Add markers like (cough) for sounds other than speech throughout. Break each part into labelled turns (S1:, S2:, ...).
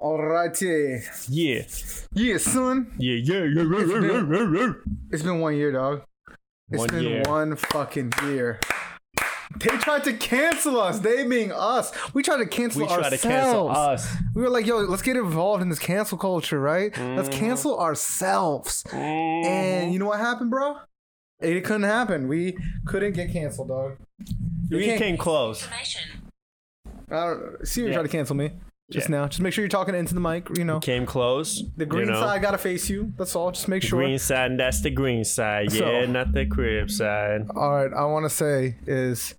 S1: Alrighty.
S2: Yeah.
S1: Yeah, son.
S2: Yeah, yeah, yeah, yeah, yeah, yeah, yeah, yeah.
S1: It's been one year, dog. It's
S2: One
S1: been
S2: year.
S1: one fucking year. They tried to cancel us. They being us. We tried to cancel
S2: We try
S1: ourselves.
S2: to cancel us.
S1: We were like, yo, let's get involved in this cancel culture, right? Let's
S2: Mm-hmm.
S1: cancel ourselves. And you know what happened, bro? It couldn't happen. We couldn't get canceled, dog.
S2: We
S1: can't-
S2: came close.
S1: I don't, Siri
S2: Yeah.
S1: tried to cancel me just
S2: Yeah.
S1: now. Just make sure you're talking into the mic. You know,
S2: Came close.
S1: the green
S2: you know?
S1: side gotta face you. That's all. Just make sure.
S2: Green side, and that's the green side.
S1: So-
S2: Yeah, not the crib side.
S1: All right, I want to say is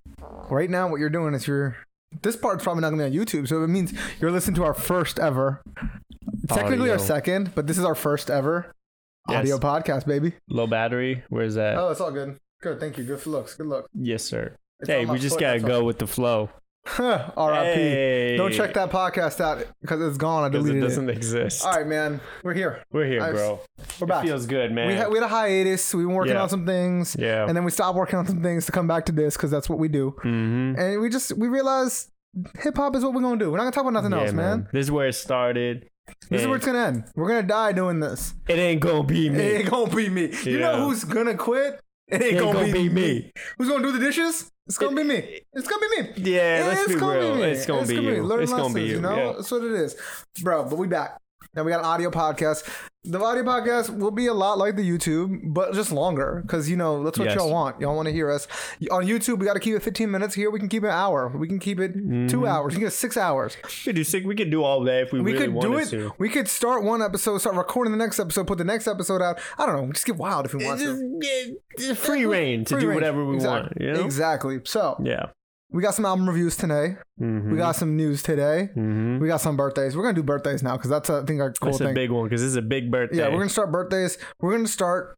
S1: right now what you're doing is you're this part's probably not gonna be on YouTube, so it means you're listening to our first ever, technically our
S2: Audio.
S1: second, but this is our first ever
S2: Yes.
S1: audio podcast, baby.
S2: Low battery. Where's that?
S1: Oh, it's all good. Good, thank you. Good for looks. Good luck.
S2: Yes, sir.
S1: It's
S2: Hey,
S1: on my
S2: we just
S1: foot,
S2: gotta
S1: that's
S2: go with the flow.
S1: Huh, (laughs) R.I.P.
S2: Hey.
S1: Don't check that podcast out because it's gone. I
S2: 'Cause
S1: deleted
S2: it
S1: it.
S2: doesn't exist.
S1: All right, man. We're here.
S2: We're here,
S1: I-
S2: bro.
S1: We're
S2: It
S1: back.
S2: feels good, man.
S1: we, had, we had a hiatus. We were working
S2: Yeah.
S1: on some things.
S2: Yeah.
S1: And then we stopped working on some things to come back to this because that's what we do.
S2: hmm
S1: (laughs) and we just we realized hip hop is what we're gonna do. We're not gonna talk about nothing else, man.
S2: This is where it started.
S1: This is
S2: and
S1: where it's gonna end. We're gonna die doing (laughs) this.
S2: it ain't gonna be me.
S1: It ain't gonna be me. You
S2: Yeah.
S1: know who's gonna quit? It ain't,
S2: It
S1: gonna, be, me.
S2: me.
S1: Who's gonna do the dishes? It's gonna be me. It's gonna be me.
S2: Yeah, let's
S1: it's
S2: be
S1: gonna
S2: real.
S1: Be me.
S2: It's gonna be
S1: me.
S2: you.
S1: Learn
S2: It's gonna
S1: lessons,
S2: be you,
S1: You know,
S2: yeah.
S1: that's what it is, bro. But we back. Now we got an audio podcast. The audio podcast will be a lot like the YouTube, but just longer because you know that's what
S2: Yes.
S1: y'all want. Y'all want to hear us on YouTube. We got to keep it 15 minutes. Here we can keep it an hour. We can keep it
S2: Mm-hmm.
S1: two hours. We can get six hours.
S2: We could do sick. We could do all day if we,
S1: We
S2: really
S1: could
S2: wanted
S1: do it.
S2: to.
S1: We could start one episode, start recording the next episode, put the next episode out. I don't know. Just get wild if we want
S2: Just,
S1: to.
S2: yeah, just free reign to
S1: Free
S2: do
S1: range.
S2: whatever we
S1: Exactly.
S2: want. You know?
S1: Exactly. So
S2: Yeah.
S1: we got some album reviews today.
S2: Mm-hmm.
S1: We got some news today.
S2: mm-hmm.
S1: We got some birthdays. We're gonna do birthdays now because that's I think our cool
S2: That's
S1: thing.
S2: a big one because this is a big birthday.
S1: yeah, we're gonna start birthdays. We're gonna start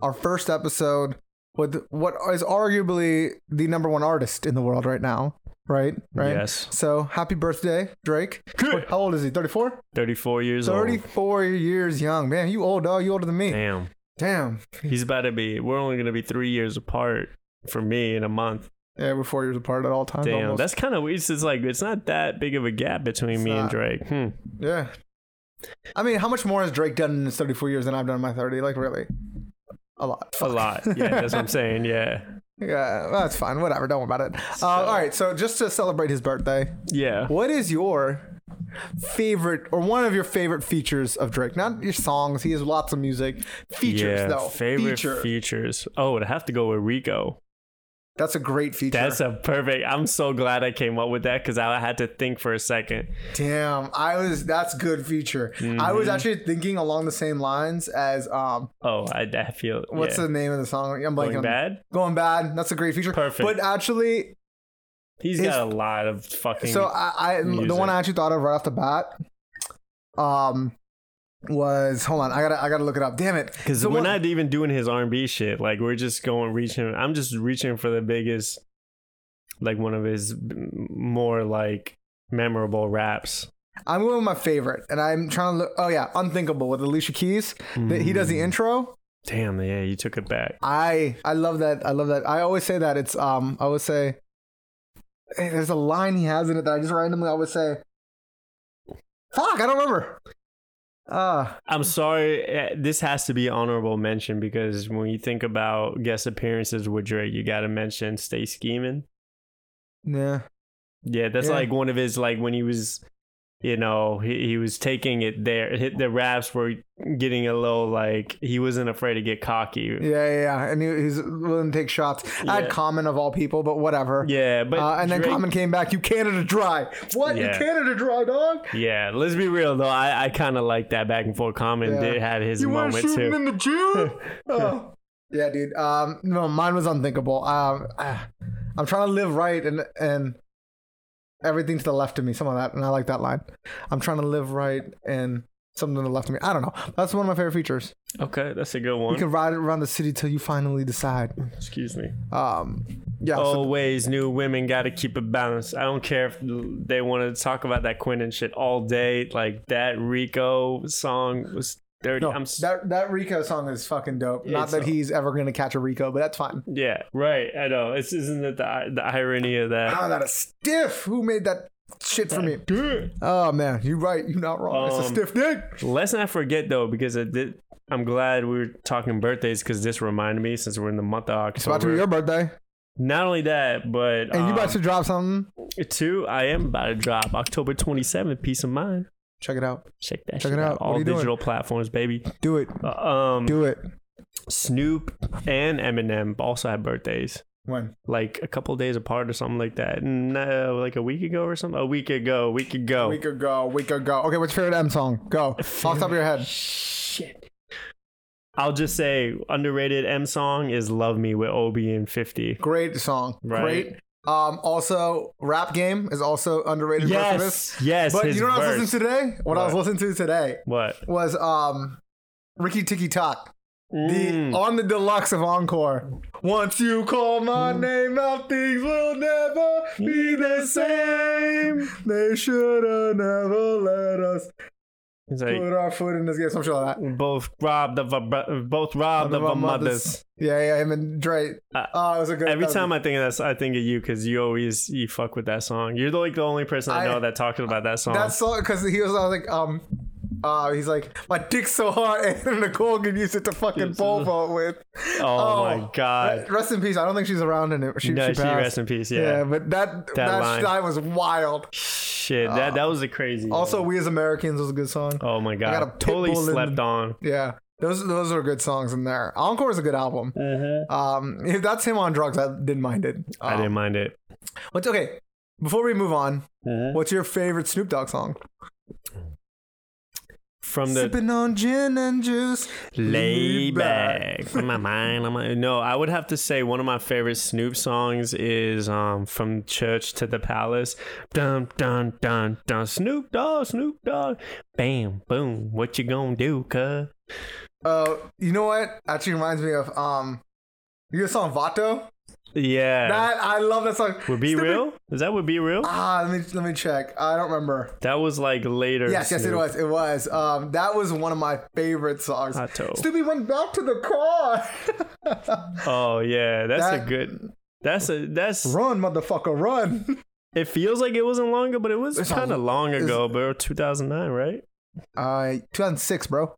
S1: our first episode with what is arguably the number one artist in the world right now. Right. Right.
S2: Yes.
S1: So happy birthday, Drake.
S2: Good.
S1: How old is he? Thirty four.
S2: 34 years old.
S1: 34 years young. Man, you old, dog. You older than me.
S2: Damn.
S1: Damn.
S2: He's about to be, we're only going to be three years apart for me in a month.
S1: Yeah, we're four years apart at all times.
S2: Damn.
S1: almost.
S2: That's kind of weird. It's just like, it's not that big of a gap between
S1: It's
S2: me
S1: not.
S2: and Drake. Hmm.
S1: yeah. I mean, how much more has Drake done in his 34 years than I've done in my 30? Like, really? A lot.
S2: A lot. Yeah, that's
S1: (laughs)
S2: what I'm saying. Yeah.
S1: Yeah, that's fine. Whatever. Don't worry about it. Uh, all right. So, just to celebrate his birthday,
S2: Yeah.
S1: what is your favorite or one of your favorite features of Drake? Not your songs. He has lots of music. Features,
S2: yeah.
S1: though.
S2: Favorite
S1: Feature.
S2: features. Oh, it'd have to go with Rico.
S1: that's a great feature.
S2: That's a perfect. I'm so glad I came up with that because I had to think for a second.
S1: Damn, I was that's good feature. I
S2: Mm-hmm.
S1: was actually thinking along the same lines as um
S2: Oh, I, I feel.
S1: what's the name of the song? I'm blanking
S2: going
S1: on
S2: bad?
S1: Going bad. That's a great feature.
S2: Perfect.
S1: But actually,
S2: He's
S1: His-
S2: got a lot of fucking.
S1: so uh, I, I the
S2: Music.
S1: one I actually thought of right off the bat, um, was hold on, I gotta I gotta look it up. Damn it,
S2: because
S1: the
S2: we're
S1: one-
S2: not even doing his R&B shit. Like we're just going reaching. I'm just reaching for the biggest, like one of his m- more like memorable raps.
S1: I'm going with my favorite, and I'm trying to look. Oh yeah, Unthinkable with Alicia Keys. That he
S2: Hmm.
S1: does the intro.
S2: Damn, yeah, you took it back.
S1: I I love that. I love that. I always say that. It's um. I always say hey, there's a line he has in it that I just randomly always say. Fuck, I don't remember. Uh
S2: I'm sorry. eh, This has to be honorable mention because when you think about guest appearances with Drake, you got to mention "Stay Scheming."
S1: yeah.
S2: Yeah, that's
S1: Yeah.
S2: like one of his like when he was, you know, he, he was taking it there. Hit the raps were getting a little like he wasn't afraid to get cocky.
S1: Yeah, yeah, yeah. And he, he's willing to take shots. I
S2: Yeah.
S1: had Common of all people, but whatever.
S2: Yeah, but
S1: uh, and then
S2: Drake-
S1: Common came back. You Canada dry. What?
S2: Yeah.
S1: You Canada dry, dog?
S2: Yeah, let's be real though. I, I kind of like that back and forth. Common
S1: Yeah.
S2: did have his
S1: You weren't
S2: moment
S1: shooting
S2: too.
S1: in the
S2: (laughs)
S1: June? oh. Yeah, dude. Um, no, mine was unthinkable. Um, ah, I'm trying to live right and and everything to the left of me, some of that, and I like that line. I'm trying to live right and something to the left of me. I don't know. That's one of my favorite features.
S2: Okay, that's a good
S1: You
S2: one.
S1: can ride it around the city till you finally decide.
S2: Excuse me.
S1: Um, yeah. so-
S2: Always new women got to keep it balanced. I don't care if they want to talk about that Quentin shit all day. Like that Rico song was dirty.
S1: no,
S2: I'm s-
S1: that that Rico song is fucking dope. Not
S2: It's
S1: that
S2: dope.
S1: he's ever gonna catch a Rico, but that's fine.
S2: yeah, right. I know. It's isn't it the the irony of that?
S1: Oh, that is Ah, stiff. Who made that Shit for me. (laughs) Oh man, you're right. You're not wrong. it's a
S2: Um,
S1: stiff dick.
S2: Let's not forget though, because it did, I'm glad we were talking birthdays because this reminded me since we're in the month of October.
S1: It's about to be your birthday,
S2: Not only that, but
S1: and you about
S2: um,
S1: to drop something.
S2: two, I am about to drop October 27th. Peace of mind.
S1: Check it out.
S2: Check that.
S1: Check
S2: shit
S1: it out. What are
S2: All
S1: you doing?
S2: digital platforms, baby.
S1: Do it.
S2: Uh, um,
S1: Do it.
S2: Snoop and Eminem also had birthdays.
S1: When?
S2: Like a couple days apart or something like that. No, like a week ago or something. A week ago. A week ago.
S1: A week ago. A week ago. Okay, what's your favorite M song? (laughs) Go. Off the top of your head.
S2: Shit. I'll just say underrated M song is "Love Me" with Obi and Fifty.
S1: Great song.
S2: Right.
S1: Great. Um. Also, rap game is also underrated. verse of this.
S2: Yes, yes.
S1: But
S2: his
S1: you know what I was
S2: verse.
S1: listening to today? What, I was
S2: What?
S1: listening to today
S2: What?
S1: was um, Ricky Tikki Tok. The
S2: Mm.
S1: on the deluxe of Encore. Once you call my
S2: Mm.
S1: name, now things will never be the same. They should have never let us
S2: He's like
S1: put our foot in this game. Some shit like that.
S2: both robbed of a bro- both robbed of, a mothers.
S1: Yeah, yeah, him and Dre.
S2: Uh,
S1: oh, it was a good.
S2: Every
S1: that was
S2: time I think of that, s- I think of you because you always you fuck with that song. You're the, like the only person
S1: I-
S2: I, know that talks about that song.
S1: That song, because he was, I was like, um, uh, he's like, my dick's so hard, (laughs) and Nicole can use it to fucking
S2: Yes.
S1: pole vault with.
S2: oh, my
S1: Re-
S2: god!
S1: Rest in peace. I don't think she's around in it. She,
S2: no,
S1: she
S2: she,
S1: passed.
S2: rest in peace.
S1: yeah.
S2: Yeah.
S1: but that that,
S2: line.
S1: line was wild.
S2: Shit, that that was a crazy.
S1: Also,
S2: one.
S1: we as Americans was a good song.
S2: oh my god,
S1: got a pit
S2: totally
S1: bull in-
S2: slept on.
S1: Yeah, those those are good songs in there. Encore is a good album. Um, if that's him on drugs, I didn't mind it.
S2: I
S1: Um,
S2: didn't mind it.
S1: What's okay? Before we move on, what's your favorite Snoop Dogg song?
S2: From the
S1: Sipping on gin and juice.
S2: lay
S1: lean
S2: back, from my mind, on my no, I would have to say one of my favorite Snoop songs is um from Church to the Palace. Dun dun dun dun. Snoop Dogg, Snoop Dogg. Bam, boom. What you gonna do, cuz?
S1: Uh, you know what? Actually, reminds me of um, your song Vato.
S2: Yeah.
S1: That I love that song.
S2: would be
S1: Stupid-
S2: real? Is that would be real?
S1: Ah, let me let me check. I don't remember.
S2: That was like later.
S1: Yes, yes, it
S2: Snoop.
S1: was. It was. Um, that was one of my favorite songs.
S2: Vato.
S1: Snoopy went back to the
S2: (laughs)
S1: car.
S2: Oh yeah, that's a
S1: That-
S2: good. That's a that's.
S1: run, motherfucker, run.
S2: It feels like it wasn't long ago, but it was
S1: It's not-
S2: kind of long
S1: it's-
S2: ago, bro. Two thousand nine, right?
S1: Uh, 2006, bro.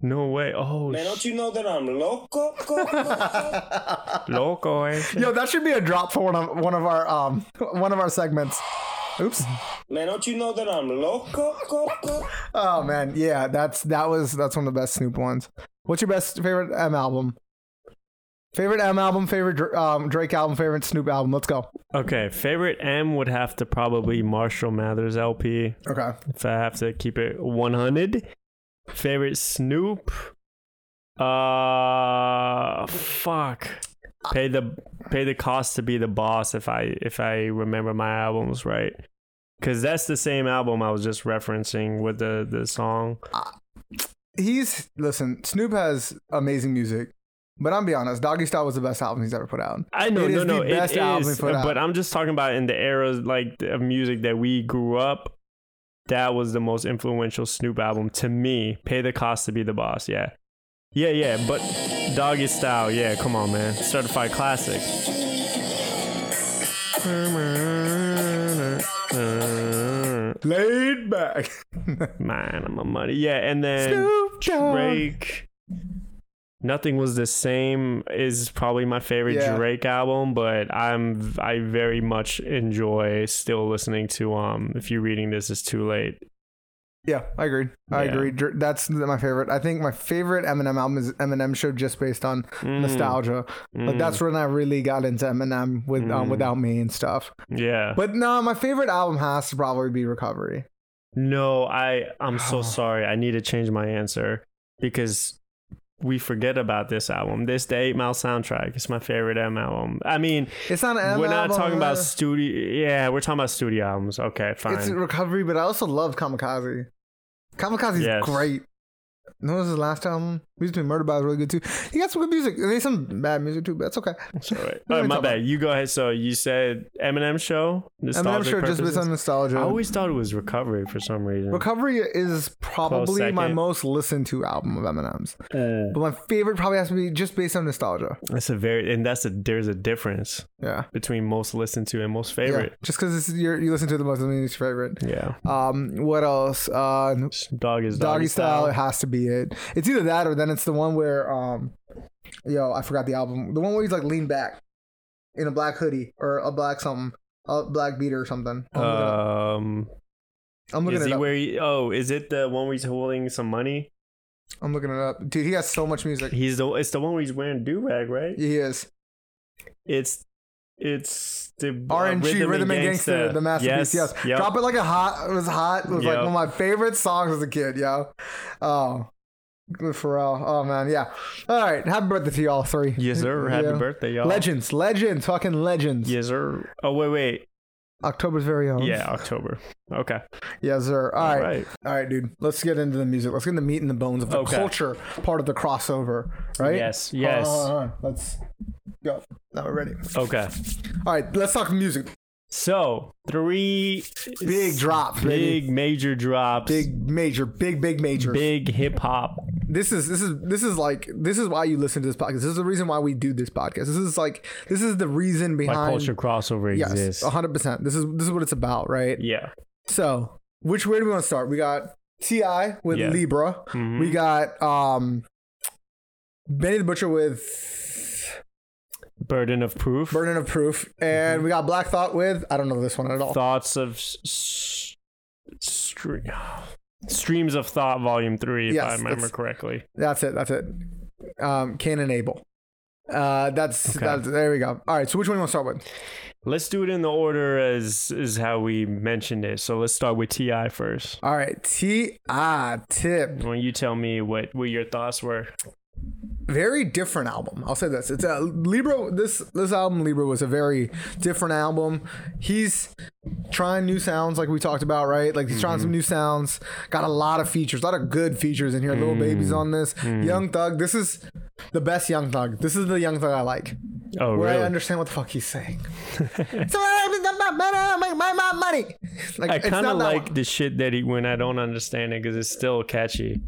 S2: No way. Oh,
S3: Man, don't you know that I'm loco? Co- co- co-
S2: loco. eh?
S1: Yo, that should be a drop for one of one of our um (laughs) one of our segments. Oops.
S3: Man, don't you know that I'm loco? Co- co-
S1: Oh man, yeah, that's that was that's one of the best Snoop ones. What's your best favorite M album? Favorite M album, favorite Dra- um, Drake album, favorite Snoop album. Let's go.
S2: Okay, favorite M would have to probably Marshall Mathers LP
S1: Okay.
S2: if I have to keep it 100. Favorite Snoop, uh, fuck, pay the pay the cost to be the boss if I if I remember my albums right, because that's the same album I was just referencing with the the song.
S1: He's listen. Snoop has amazing music, but I'm be honest, Doggy Style was the best album he's ever put out.
S2: I know,
S1: It
S2: no,
S1: is
S2: no,
S1: the
S2: it
S1: best album
S2: is,
S1: put out.
S2: but I'm just talking about in the eras like of music that we grew up. That was the most influential Snoop album to me. Pay the cost to be the boss. Yeah, yeah, yeah. But Doggy Style. Yeah, come on, man. Certified classic.
S1: Laid back.
S2: Man, I'm a money. Yeah, and then.
S1: Snoop Dogg.
S2: Drake. Nothing was the same is probably my favorite
S1: Yeah.
S2: Drake album, but I'm I very much enjoy still listening to um if you're reading this it's too late.
S1: Yeah, I agreed. I
S2: Yeah.
S1: agree. Dr- That's my favorite. I think my favorite Eminem album is Eminem Show, just based on
S2: Mm,
S1: Mm-hmm. nostalgia. Like
S2: mm,
S1: that's when I really got into Eminem with um,
S2: Mm.
S1: without me and stuff.
S2: yeah.
S1: But no, my favorite album has to probably be Recovery.
S2: No, I I'm
S1: (sighs)
S2: so sorry. I need to change my answer because we forget about this album. This the 8 Mile soundtrack. It's my favorite M album. I mean,
S1: It's not an M
S2: we're not
S1: album,
S2: talking
S1: uh,
S2: about studio Yeah, we're talking about studio albums. Okay, fine.
S1: it's Recovery, but I also love Kamikaze. Kamikaze's
S2: Yes.
S1: great. No, this is his last album. We used to be Murder by was really good too. He got some good music. There's some bad music too, but that's okay.
S2: It's (laughs) all right.
S1: What
S2: All
S1: are
S2: right,
S1: we
S2: Oh, my
S1: talking
S2: bad. You go ahead. So you said Eminem show.
S1: Eminem
S2: nostalgic
S1: sure just
S2: purposes?
S1: based on nostalgia.
S2: I always thought it was recovery for some reason.
S1: Recovery is probably my
S2: second.
S1: most listened to album of Eminem's,
S2: Uh,
S1: but my favorite probably has to be just based on nostalgia.
S2: that's a very and that's a there's a difference
S1: Yeah,
S2: between most listened to and most
S1: yeah.
S2: favorite.
S1: Just because you you listen to it the most, I mean, it's your favorite.
S2: Yeah.
S1: Um, what else? Uh, doggy,
S2: Dog is doggy,
S1: style. It has to be it. It's either that or then it's the one where um, yo, I forgot the album. The one where he's like lean back in a black hoodie or a black something, a black beater or something. I'm looking, it up.
S2: Um,
S1: I'm looking
S2: is
S1: it
S2: he
S1: up.
S2: where? He, oh, is it the one where he's holding some money?
S1: I'm looking it up. Dude, he got so much music.
S2: He's the it's the one where he's wearing do rag, right?
S1: He is.
S2: It's it's the uh,
S1: RNG, Rhythm, and Gangster, the masterpiece. Yes,
S2: Yep.
S1: drop it like a hot. It was hot. It was like
S2: Yep.
S1: one of my favorite songs as a kid, yo. Oh, Pharrell. Oh man, yeah. All right, happy birthday to y'all three.
S2: Yes, sir. Happy
S1: Yeah.
S2: birthday, y'all.
S1: Legends, legends, fucking legends.
S2: Yes, sir. Oh wait, wait.
S1: October's very own.
S2: Yeah, October. Okay.
S1: Yes, sir. All
S2: All
S1: right.
S2: right.
S1: All right, dude. Let's get into the music. Let's get in the meat and the bones of the
S2: Okay.
S1: culture part of the crossover, right?
S2: Yes.
S1: Hold on,
S2: Yes.
S1: hold on, hold on. Let's go. Now we're ready.
S2: Okay.
S1: All right, let's talk music.
S2: So three
S1: Big drops, baby.
S2: big major drops,
S1: Big major, big, big major.
S2: big hip hop.
S1: This is this is this is like this is why you listen to this podcast. This is the reason why we do this podcast. This is like this is the reason
S2: Why
S1: behind
S2: culture crossover
S1: Yes,
S2: exists.
S1: 100%. This is this is what it's about, right?
S2: Yeah.
S1: So, which way do we want to start? We got Ti with
S2: Yeah.
S1: Libra.
S2: Mhm.
S1: We got um Benny the Butcher with
S2: Burden of proof.
S1: Burden of Proof, and
S2: Mm-hmm.
S1: we got Black Thought with I don't know this one at all.
S2: Thoughts of s- s- stre- streams of thought, volume three, if
S1: Yes,
S2: I remember
S1: that's-
S2: correctly.
S1: That's it. That's it. Um, Cain and Abel. Uh, that's that's there we go. All right. So which one do you want to start with?
S2: Let's do it in the order as is how we mentioned it. So let's start with Ti first.
S1: All right. Ti Tip.
S2: When you tell me what what your thoughts were.
S1: very different album. I'll say this. It's a Libra. This this album Libra was a very different album. He's trying new sounds, like we talked about, right? Like he's trying
S2: Mm-hmm.
S1: some new sounds. Got a lot of features, a lot of good features in here. Little babies on this.
S2: Mm-hmm.
S1: Young Thug. This is the best Young Thug. This is the Young Thug I like.
S2: Oh,
S1: Where
S2: really?
S1: I understand what the fuck he's
S2: (laughs)
S1: saying. So, my, my, my money. Like,
S2: I
S1: it's
S2: kind
S1: not
S2: of
S1: that
S2: like
S1: one.
S2: the shit that he when I don't understand it because it's still catchy.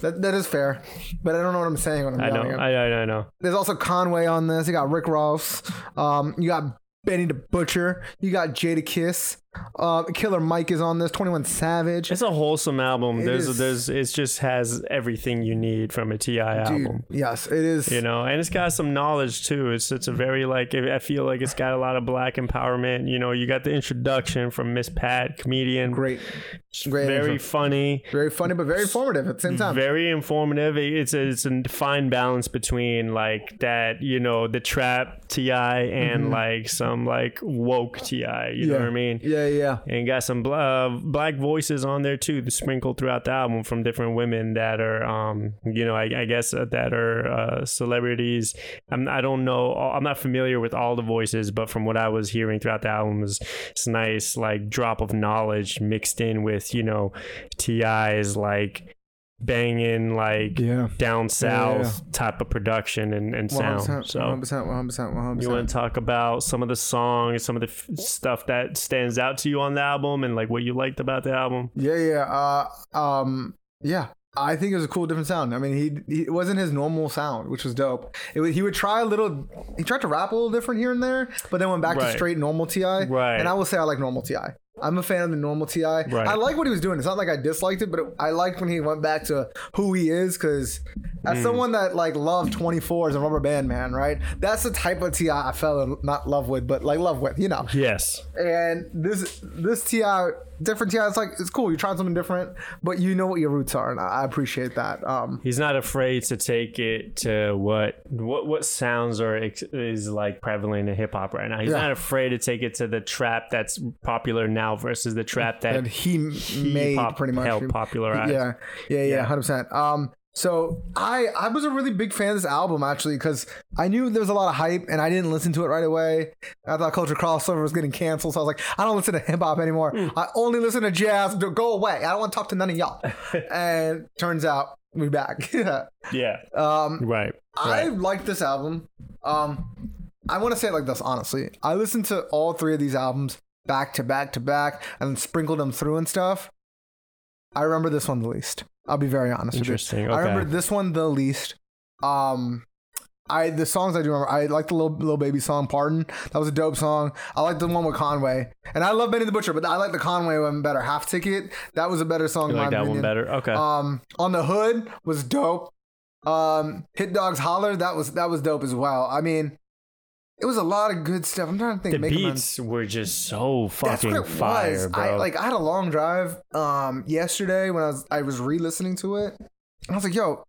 S1: that. That is fair, but I don't know what I'm saying when I'm
S2: I know,
S1: yelling at
S2: I, I, I know.
S1: There's also Conway on this. You got Rick Ross. Um, you got Benny the Butcher. You got Jada Kiss. Uh, Killer Mike is on this. Twenty One Savage.
S2: It's a wholesome album. there's,
S1: is.
S2: there's, it just has everything you need from a Ti
S1: Dude,
S2: album.
S1: yes, it is.
S2: You know, and it's got some knowledge too. It's it's a very like I feel like it's got a lot of black empowerment. You know, you got the introduction from Miss Pat, comedian,
S1: Great, great
S2: very
S1: intro.
S2: funny,
S1: very funny, but very informative at the same time.
S2: very informative. It- It's a, it's a fine balance between like that, you know, the trap Ti and like some like woke Ti. You
S1: Mm-hmm.
S2: know
S1: Yeah.
S2: what I mean?
S1: yeah, yeah.
S2: and got some bl- uh, black voices on there too, the sprinkled throughout the album from different women that are, um, you know, I, I guess uh, that are uh, celebrities. I'm, I don't know, I'm not familiar with all the voices, but from what I was hearing throughout the album, is it's nice like drop of knowledge mixed in with you know, Ti's like banging like
S1: Yeah.
S2: down south
S1: yeah.
S2: type of production and, and sound.
S1: 100%,
S2: So
S1: 100%, 100%, 100%.
S2: you want to talk about some of the songs, some of the f- stuff that stands out to you on the album, and like what you liked about the album?
S1: Yeah, yeah. Uh, um, yeah. I think it was a cool, different sound. I mean, he, he it wasn't his normal sound, which was dope. It was, he would try a little. He tried to rap a little different here and there, but then went back to
S2: Right.
S1: straight normal Ti.
S2: Right.
S1: And I will say I like normal Ti. I'm a fan of the normal Ti. Right. I like what he was doing. It's not like I disliked it, but it, I liked when he went back to who he is. Because
S2: Mm.
S1: as someone that like loved 24 as a rubber band man, right? That's the type of Ti I fell in not love with, but like love with. You know,
S2: Yes,
S1: and this this ti different ti it's like it's cool you're trying something different but you know what your roots are and i I appreciate that um
S2: he's not afraid to take it to what what what sounds are ex- is like prevalent in hip hop right now. He's
S1: Yeah.
S2: not afraid to take it to the trap that's popular now versus the trap that
S1: and he, m-
S2: he
S1: made
S2: pop-
S1: pretty much
S2: helped popularize.
S1: yeah yeah yeah 100% um so i i was a really big fan of this album actually because i knew there was a lot of hype and i didn't listen to it right away i thought culture crossover was getting canceled so i was like i don't listen to hip-hop
S2: Hmm. (laughs)
S1: anymore i only listen to jazz go away i don't want to talk to none of y'all and turns out we back. (laughs)
S2: Yeah.
S1: um,
S2: Right.
S1: I
S2: Right.
S1: like this album. Um, I want to say it like this, honestly. I listened to all three of these albums back to back to back and then sprinkled them through and stuff. I remember this one the least. I'll be very honest with you.
S2: Interesting.
S1: I
S2: Okay.
S1: remember this one the least. Um, I the songs I do remember. I like the little little baby song "Pardon." That was a dope song. I like the one with Conway, and I love Benny the Butcher, but I like the Conway one better. Half Ticket. That was a better song.
S2: you
S1: in
S2: like
S1: my
S2: that one
S1: opinion.
S2: better? Okay.
S1: Um, on the hood was dope. Um, Hit Dogs Holler. That was that was dope as well. I mean, it was a lot of good stuff. I'm trying to think.
S2: the
S1: make 'em a-
S2: beats were just so
S1: that's
S2: fucking
S1: what it
S2: fire,
S1: was.
S2: bro.
S1: I like I had a long drive um yesterday when I was I was re-listening to it. And I was like, yo,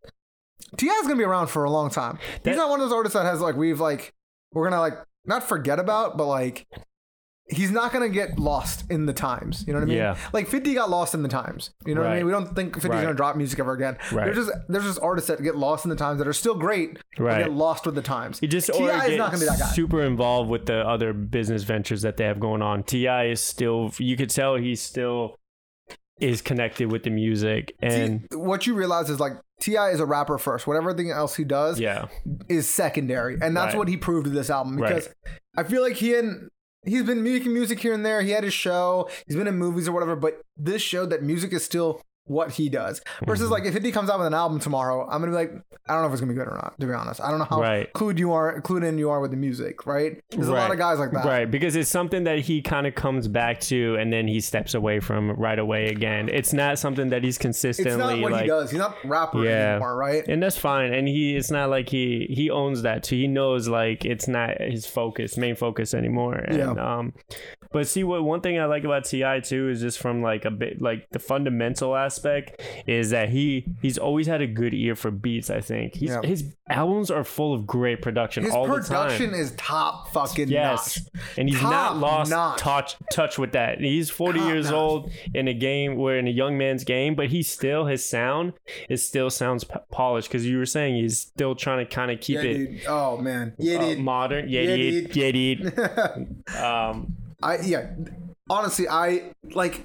S1: T.I.'s gonna be around for a long time.
S2: That-
S1: He's not one of those artists that has like we've like we're gonna like not forget about, but like he's not gonna get lost in the times. You know what I mean?
S2: Yeah.
S1: Like 50 got lost in the times. You know what I
S2: Right.
S1: mean? We don't think 50's
S2: Right.
S1: gonna drop music ever again.
S2: Right.
S1: There's just there's just artists that get lost in the times that are still great, but
S2: Right.
S1: get lost with the times.
S2: He just
S1: T.I.
S2: or
S1: is
S2: get
S1: not gonna be that guy.
S2: super involved with the other business ventures that they have going on. Ti is still, you could tell he's still is connected with the music, and
S1: T- what you realize is like Ti is a rapper first. Whatever thing else he does
S2: yeah,
S1: is secondary, and that's
S2: Right.
S1: what he proved with this album.
S2: Right.
S1: Because I feel like he and he's been making music here and there. He had his show. He's been in movies or whatever. But this showed that music is still what he does. Versus
S2: Mm-hmm.
S1: like if Hiddy comes out with an album tomorrow, I'm gonna be like, I don't know if it's gonna be good or not. To be honest, I don't know how
S2: Right.
S1: clued you are, clued in you are with the music. Right? There's a
S2: Right.
S1: lot of guys like that.
S2: right, because it's something that he kind of comes back to, and then he steps away from right away again. It's not something that he's consistently
S1: It's not what
S2: like.
S1: he does. He's not rapper
S2: Yeah.
S1: anymore. Right?
S2: And that's fine. And he, it's not like he he owns that too. He knows like it's not his focus, main focus anymore. And,
S1: Yeah.
S2: Um, but see, what one thing I like about Ti too is just from like a bit like the fundamental aspect is that he he's always had a good ear for beats. I think he's,
S1: Yeah.
S2: his albums are full of great production
S1: His
S2: all
S1: production
S2: the time.
S1: is top fucking notch.
S2: Yes, and he's
S1: Top
S2: not lost
S1: notch.
S2: touch touch with that. He's forty
S1: Top
S2: years
S1: notch.
S2: old in a game, we're in a young man's game, but he still his sound is still sounds p- polished because you were saying he's still trying to kind of keep
S1: Yeah,
S2: it
S1: dude. Oh man. Yeah,
S2: uh,
S1: dude.
S2: modern. Yeah,
S1: Yeah,
S2: dude. Yeah, dude.
S1: (laughs)
S2: Um,
S1: I yeah. Honestly, I like.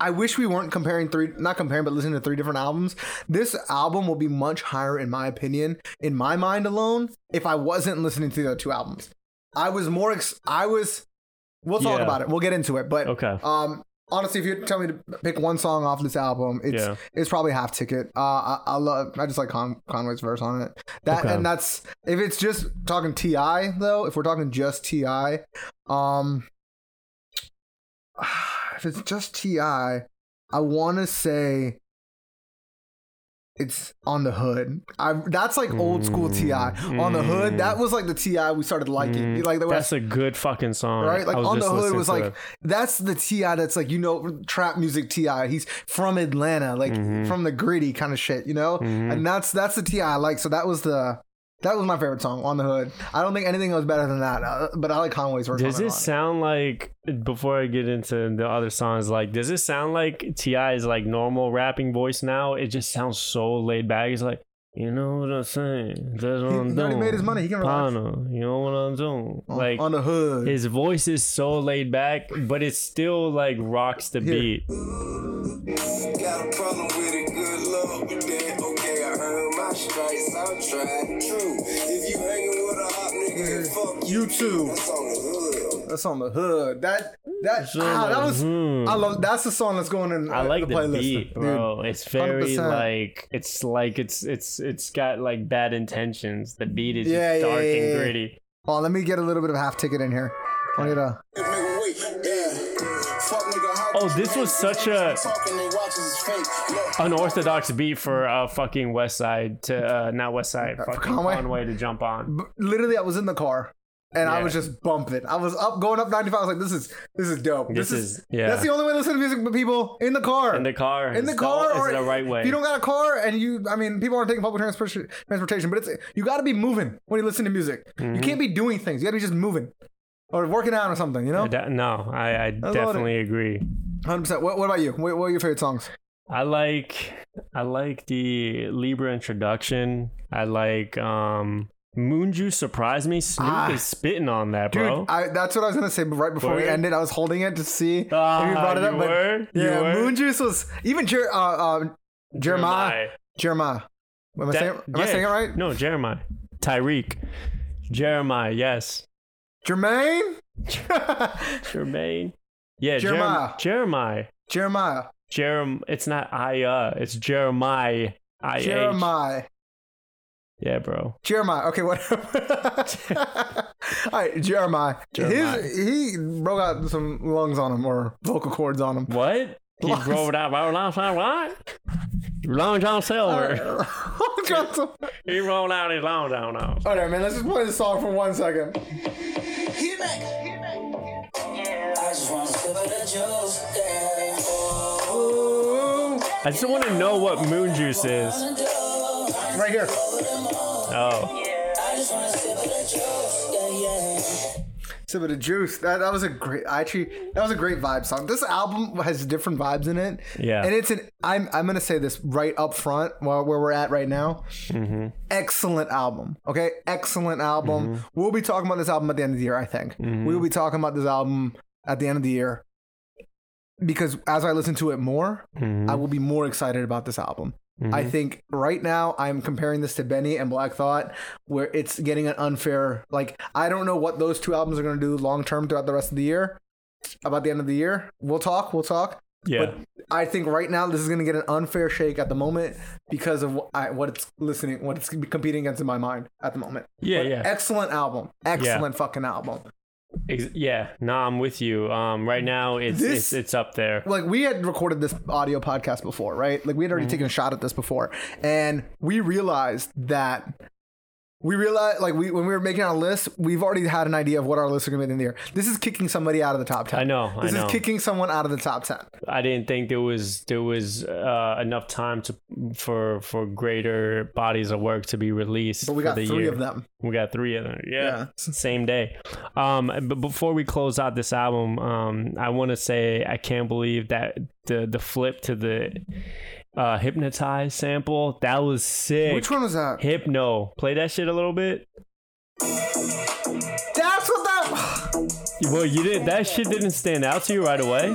S1: I wish we weren't comparing three, not comparing, but listening to three different albums. This album will be much higher, in my opinion, in my mind alone, if I wasn't listening to the other two albums. I was more, ex- I was, we'll talk
S2: Yeah.
S1: about it. We'll get into it. But,
S2: Okay.
S1: um, honestly, if you tell me to pick one song off this album, it's,
S2: Yeah.
S1: it's probably Half Ticket. Uh, I, I love, I just like Con- Conway's verse on it. That,
S2: Okay.
S1: and that's, if it's just talking TI though, if we're talking just TI, um, (sighs) if it's just Ti, I want to say it's on the hood. I that's like old school Ti on the hood. That was like the Ti we started liking,
S2: mm,
S1: like the West,
S2: that's a good fucking song,
S1: right? Like
S2: I was
S1: on the
S2: just
S1: hood
S2: listening
S1: was
S2: to
S1: like
S2: it.
S1: that's the Ti that's like you know trap music Ti. He's from Atlanta, like
S2: Mm-hmm.
S1: from the gritty kind of shit, you know. And that's that's the Ti I like. So that was the. That was my favorite song on the hood. I don't think anything was better than that, uh, but I like Conway's version.
S2: Does this sound like before I get into the other songs? Like, does it sound like Ti's like normal rapping voice now? It just sounds so laid back. He's like, you know what I'm saying? That's what
S1: He-
S2: I'm
S1: he
S2: doing.
S1: already made his money. He can relax. Oh,
S2: Pana, you know what I'm doing?
S1: on,
S2: like,
S1: on the hood?
S2: his voice is so laid back, but it still like rocks the
S1: Here.
S2: beat.
S4: Got a problem with it, good luck with that. Okay, I earned my stripes, I'm trying. True, if you hanging with a hot nigga, fuck you.
S1: you too.
S4: That's on the
S1: That's on the
S4: hood.
S1: hood. That that
S2: So,
S1: ah, that
S2: like,
S1: was
S2: hmm.
S1: I love that's the song that's going in
S2: I
S1: uh,
S2: like the,
S1: the playlist.
S2: beat,
S1: dude.
S2: bro. It's very
S1: 100%.
S2: like it's like it's it's it's got like bad intentions. The beat is
S1: Yeah,
S2: just
S1: yeah,
S2: dark
S1: yeah,
S2: and
S1: yeah.
S2: gritty.
S1: Oh, let me get a little bit of half ticket in here. I need a
S4: Nigga, wait, yeah. Fuck nigga, how
S2: Oh, this was such a-
S4: Talking, they watching is fake. Look,
S2: unorthodox beat for uh, fucking West Side to uh, not West Side, fucking
S1: Conway?
S2: Conway? to jump on.
S1: b- literally I was in the car and I
S2: Yeah.
S1: was just bumping. I was up going up 95. I was like, this is this is dope.
S2: This is- yeah.
S1: That's the only way to listen to music, but people in the car.
S2: In the car,
S1: in the
S2: It's
S1: car
S2: it's
S1: or
S2: the right way.
S1: If you don't got a car and you, I mean, people aren't taking public transport- transportation, but it's you got to be moving when you listen to music.
S2: Mm-hmm.
S1: You can't be doing things. You got to be just moving or working out or something. You know,
S2: Da- no, I, I
S1: love it.
S2: definitely agree.
S1: hundred percent. What, what about you? What, what are your favorite songs?
S2: I like I like the Libra introduction. I like um Moonju surprised me. Snoop
S1: Ah.
S2: is spitting on that,
S1: Dude,
S2: bro.
S1: I, that's what I was gonna say. But right before we
S2: Word.
S1: ended, I was holding it to see if you
S2: Ah,
S1: brought it up.
S2: you
S1: but
S2: were? You
S1: yeah,
S2: were?
S1: Moon Juice was even Jer- uh, uh, Jeremiah. Jeremiah. Am I,
S2: That-
S1: saying, am I
S2: yeah.
S1: saying it right?
S2: No, Jeremiah. Tyreek. Jeremiah, yes.
S1: Jermaine? (laughs)
S2: Jermaine. Yeah,
S1: Jeremiah.
S2: Jeremiah. Jeremiah.
S1: Jeremiah.
S2: Jerem. It's not Iya. It's Jeremiah. I H.
S1: Jeremiah.
S2: Yeah, bro.
S1: Jeremiah. Okay, whatever. (laughs) All right, Jeremiah.
S2: Jeremiah.
S1: His, he broke out some lungs on him or vocal cords on him. (laughs)
S2: What? He
S1: Lost.
S2: rolled out by long time. What? Long John Silver.
S1: Uh, All
S2: He rolled out his long John. now.
S1: right, man. Let's just play this song for one second.
S4: I just want to feel the juice, yeah.
S2: I just want to know what moon juice is.
S1: Right here.
S2: Oh,
S1: Sip of the juice. That, that was a great. I Actually, that was a great vibe song. This album has different vibes in it.
S2: Yeah.
S1: And it's an. I'm. I'm gonna say this right up front, where, where we're at right now.
S2: Mm-hmm.
S1: Excellent album. Okay. Excellent album. We'll be talking about this album at the end of the year. I think we will be talking about this album at the end of the year. Because as I listen to it more,
S2: Mm-hmm.
S1: I will be more excited about this album. I think right now I'm comparing this to Benny and Black Thought, where it's getting an unfair. Like I don't know what those two albums are going to do long term throughout the rest of the year. About the end of the year, we'll talk. We'll talk.
S2: yeah.
S1: I think right now this is going to get an unfair shake at the moment because of wh- I, what it's listening, what it's competing against in my mind at the moment.
S2: Yeah, yeah.
S1: Excellent album. Excellent fucking album.
S2: Ex- yeah, no, I'm with you. Um, right now it's
S1: This-
S2: it's, it's up there.
S1: like we had recorded this audio podcast before, right? Like we had already
S2: Mm-hmm.
S1: taken a shot at this before, and we realized that we realized like we when we were making our list, we've already had an idea of what our list are going to be in the year. This is kicking somebody out of the top ten.
S2: I know,
S1: This
S2: I know.
S1: is kicking someone out of the top ten.
S2: I didn't think there was there was uh, enough time to for for greater bodies of work to be released.
S1: But we
S2: for
S1: got
S2: the
S1: three
S2: year.
S1: of them.
S2: We got three of them. Yeah,
S1: Yeah. (laughs)
S2: same day. Um, but before we close out this album, um, I want to say I can't believe that the the flip to the uh, hypnotize sample that was sick.
S1: Which one was that?
S2: Hypno. Play that shit a little bit.
S1: That's what that.
S2: Well, you did. That shit didn't stand out to you right away.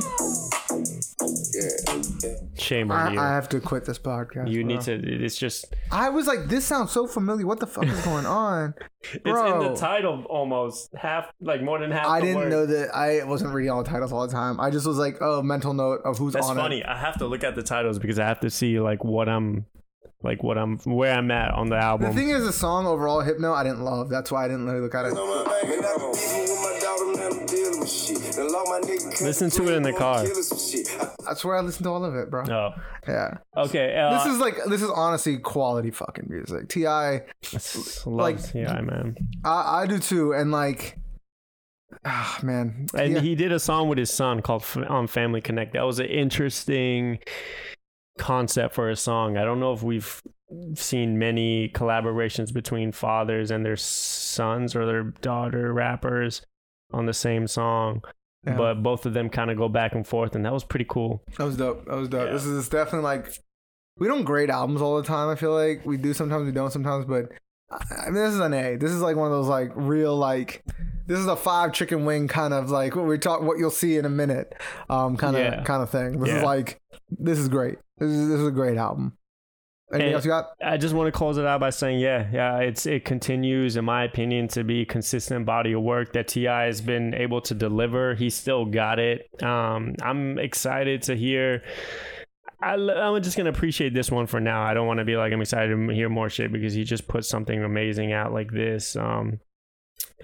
S2: Shame
S1: I,
S2: on you.
S1: I uh, have to quit this podcast.
S2: you
S1: bro.
S2: need to. It's just.
S1: I was like, this sounds so familiar. What the fuck is
S2: (laughs)
S1: going on?
S2: It's in
S1: Bro.
S2: the title almost half, like more than half.
S1: I
S2: the
S1: didn't
S2: word.
S1: know that. I wasn't reading all the titles all the time. I just was like, oh, mental note of who's
S2: That's
S1: on it.
S2: funny. I have to look at the titles because I have to see like what I'm, like what I'm, where I'm at on the album.
S1: The thing is, the song overall, Hypno, I didn't love. That's why I didn't really look at it.
S4: On my back, and I be beefing with my daughter, man, I'm dealing with shit. The law, my nigga, cut
S2: Listen to it in the
S4: gonna
S2: car.
S4: kill us some shit. I
S1: That's where I listened to all of it, bro.
S2: oh,
S1: Yeah.
S2: okay. Uh,
S1: This is like, this is honestly quality fucking music. Ti, I,
S2: is
S1: like-
S2: yeah, man.
S1: I do too, and like, ah, man.
S2: And
S1: T.I.
S2: he did a song with his son called F- "On Family Connect." That was an interesting concept for a song. I don't know if we've seen many collaborations between fathers and their sons or their daughter rappers on the same song,
S1: Yeah.
S2: but both of them kind of go back and forth, and that was pretty cool.
S1: that was dope. That was dope.
S2: Yeah.
S1: This is definitely like, we don't grade albums all the time. I feel like we do sometimes, we don't sometimes, but I I mean, this is an A. This is like one of those like real like. This is a five chicken wing kind of like what we talk, what you'll see in a minute, um, kind of
S2: Yeah.
S1: kind of thing. This
S2: Yeah.
S1: is like, this is great. This is, this is a great album. Anything
S2: And-
S1: else you got?
S2: I just want to close it out by saying, yeah, yeah, it's it continues, in my opinion, to be a consistent body of work that Ti has been able to deliver. He still got it. Um, I'm excited to hear. I, am just gonna appreciate this one for now. I don't want to be like I'm excited to hear more shit because he just put something amazing out like this. Um,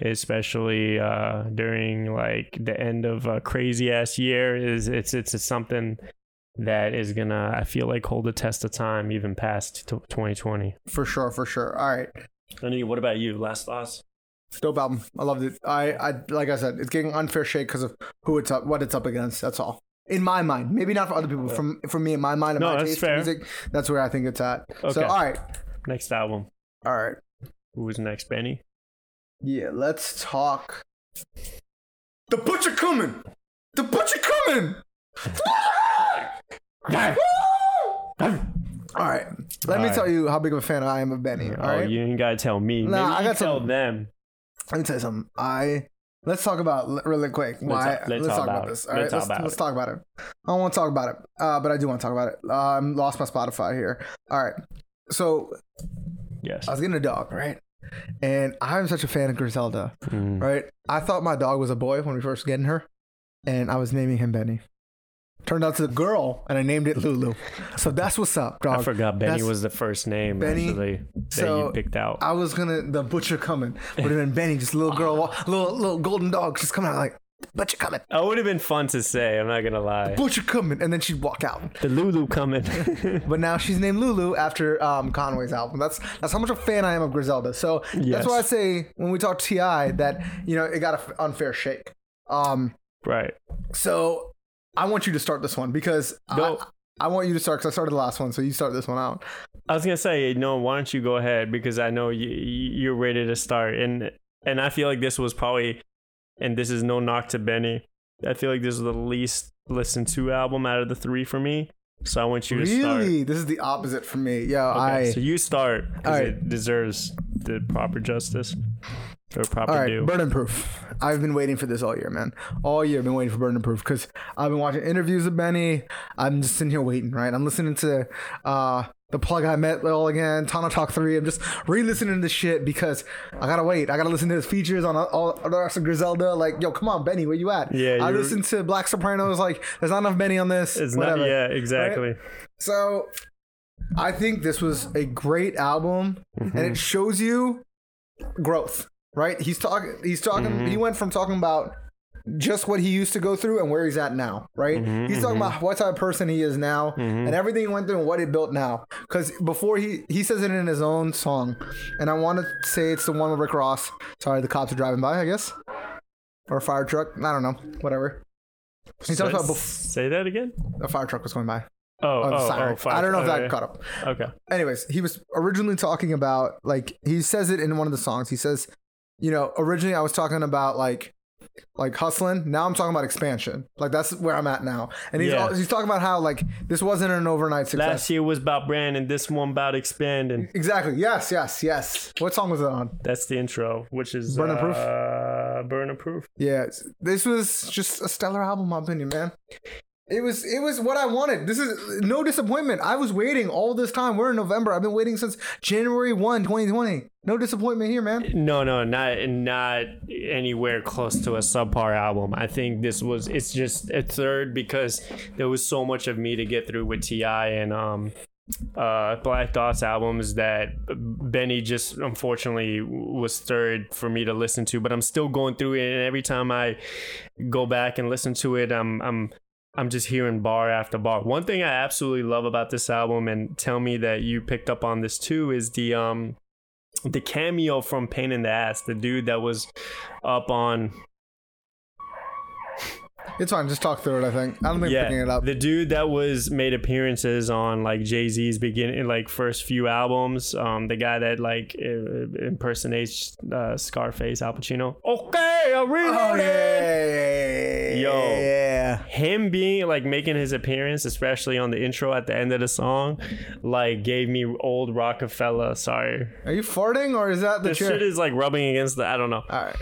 S2: especially uh, during like the end of a crazy ass year, is it's it's something that is gonna I feel like hold the test of time even past t- 2020.
S1: For sure, for sure. All right.
S2: Andy, what about you? Last thoughts?
S1: Dope album. I loved it. I, I like I said, it's getting unfair shake because of who it's up, what it's up against. That's all. In my mind, maybe not for other people, but from for me, in my mind, in
S2: No,
S1: my
S2: that's
S1: taste in
S2: fair.
S1: music, that's where I think it's at.
S2: Okay.
S1: So, all right,
S2: Next album.
S1: all right,
S2: Who was next, Benny?
S1: yeah. Let's talk. The butcher coming. The butcher
S2: (laughs)
S1: coming. all right. Let
S2: All
S1: me
S2: right.
S1: tell you how big of a fan I am of Benny. All right.
S2: oh, you ain't gotta tell me.
S1: Nah,
S2: Maybe
S1: I
S2: you
S1: got
S2: tell
S1: some-
S2: them.
S1: Let me tell you something. I let's talk about l- really quick. Why?
S2: talk- let's talk about it.
S1: this. All right,
S2: Let's
S1: let's,
S2: talk
S1: let's,
S2: about it.
S1: talk about it. I don't want to talk about it, uh, but I do want to talk about it. Um, lost my Spotify here. All right. so
S2: Yes.
S1: I was getting a dog, right? And I'm such a fan of Griselda,
S2: Mm.
S1: right? I thought my dog was a boy when we first getting her, and I was naming him Benny. Turned out to the girl, and I named it Lulu. So that's what's up, dog.
S2: I forgot Benny
S1: That's-
S2: was the first name
S1: Benny-
S2: actually that
S1: so
S2: you picked out.
S1: I was gonna the butcher coming, would have
S2: (laughs)
S1: been Benny, just a little girl, wa- little little golden dog, just coming out like butcher coming,
S2: that would have been fun to say. I'm not gonna lie.
S1: butcher coming, and then she'd walk out.
S2: The
S1: (laughs)
S2: Lulu coming.
S1: But now she's named Lulu after um, Conway's album. That's that's how much a fan I am of Griselda. So
S2: Yes.
S1: that's why I say when we talk Ti that you know it got an unfair shake. Um,
S2: right.
S1: so I want you to start this one because I-
S2: No.
S1: I, want you to start because I started the last one, so you start this one out.
S2: I was gonna say no. Why don't you go ahead because I know you, you're ready to start, and and I feel like this was probably, and this is no knock to Benny. I feel like this is the least listened to album out of the three for me. So I want you to start.
S1: Really, this is the opposite for me. Yeah,
S2: Okay,
S1: I.
S2: so you start because
S1: All right.
S2: it deserves the proper justice or proper
S1: all right,
S2: due.
S1: Burden Proof. I've been waiting for this all year, man. All year, I've been waiting for Burden Proof because I've been watching interviews of Benny. I'm just sitting here waiting, right? I'm listening to uh, the plug I met all again, Tana Talk 3. I'm just re listening to this shit because I gotta wait. I gotta listen to his features on all, all the rest of Griselda. Like, yo, come on, Benny, where you at?
S2: Yeah,
S1: I
S2: you're-
S1: listened to Black Sopranos. Like, there's not enough Benny on this.
S2: it's
S1: whatever.
S2: not. Yeah, exactly.
S1: So I think this was a great album and it shows you growth, right? He's talking he's talking he went from talking about just what he used to go through and where he's at now, right? he's talking about what type of person he is now and everything he went through and what he built now. Because before he he says it in his own song, and I want to say it's the one with Rick Ross. Sorry, the cops are driving by, I guess, or a fire truck. I don't know, whatever. He talks about bef-
S2: Say that again.
S1: a fire truck was going by.
S2: Oh,
S1: Oh, the
S2: oh,
S1: siren.
S2: oh, fuck.
S1: I don't know if that
S2: Okay.
S1: caught up.
S2: Okay.
S1: Anyways, he was originally talking about like he says it in one of the songs. He says, you know, originally I was talking about like like hustling. Now I'm talking about expansion. Like that's where I'm at now. And he's
S2: Yeah.
S1: al- he's talking about how like this wasn't an overnight success.
S2: Last year was about branding. This one about expanding.
S1: exactly. Yes. Yes. Yes. What song was it on?
S2: That's the intro, which is
S1: Burner Proof?
S2: Uh, burner proof.
S1: Yeah. This was just a stellar album, in my opinion, man. It was it was what I wanted. This is no disappointment. I was waiting all this time. We're in November. I've been waiting since January 1, 2020. No disappointment here, man.
S2: No, no, not not anywhere close to a subpar album. I think this was it's just a third because there was so much of me to get through with Ti and um uh Black Thought's albums that Benny just unfortunately was third for me to listen to. But I'm still going through it, and every time I go back and listen to it, I'm I'm I'm just hearing bar after bar. One thing I absolutely love about this album, and tell me that you picked up on this too, is the um the cameo from Pain in the Ass, the dude that was up on
S1: It's fine. Just talk through it. I think. I don't think I'm picking it
S2: yeah,
S1: up.
S2: the dude that was made appearances on like Jay Z's beginning like first few albums. Um, the guy that like i- impersonates uh, Scarface, Al Pacino. Okay, I
S1: oh
S2: reloaded.
S1: yeah.
S2: Yo.
S1: Yeah.
S2: him being like making his appearance, especially on the intro at the end of the song, like gave me old Rockefeller. Sorry,
S1: Are you farting or is that the
S2: this
S1: chair?
S2: shit is like rubbing against the. I don't know.
S1: All right.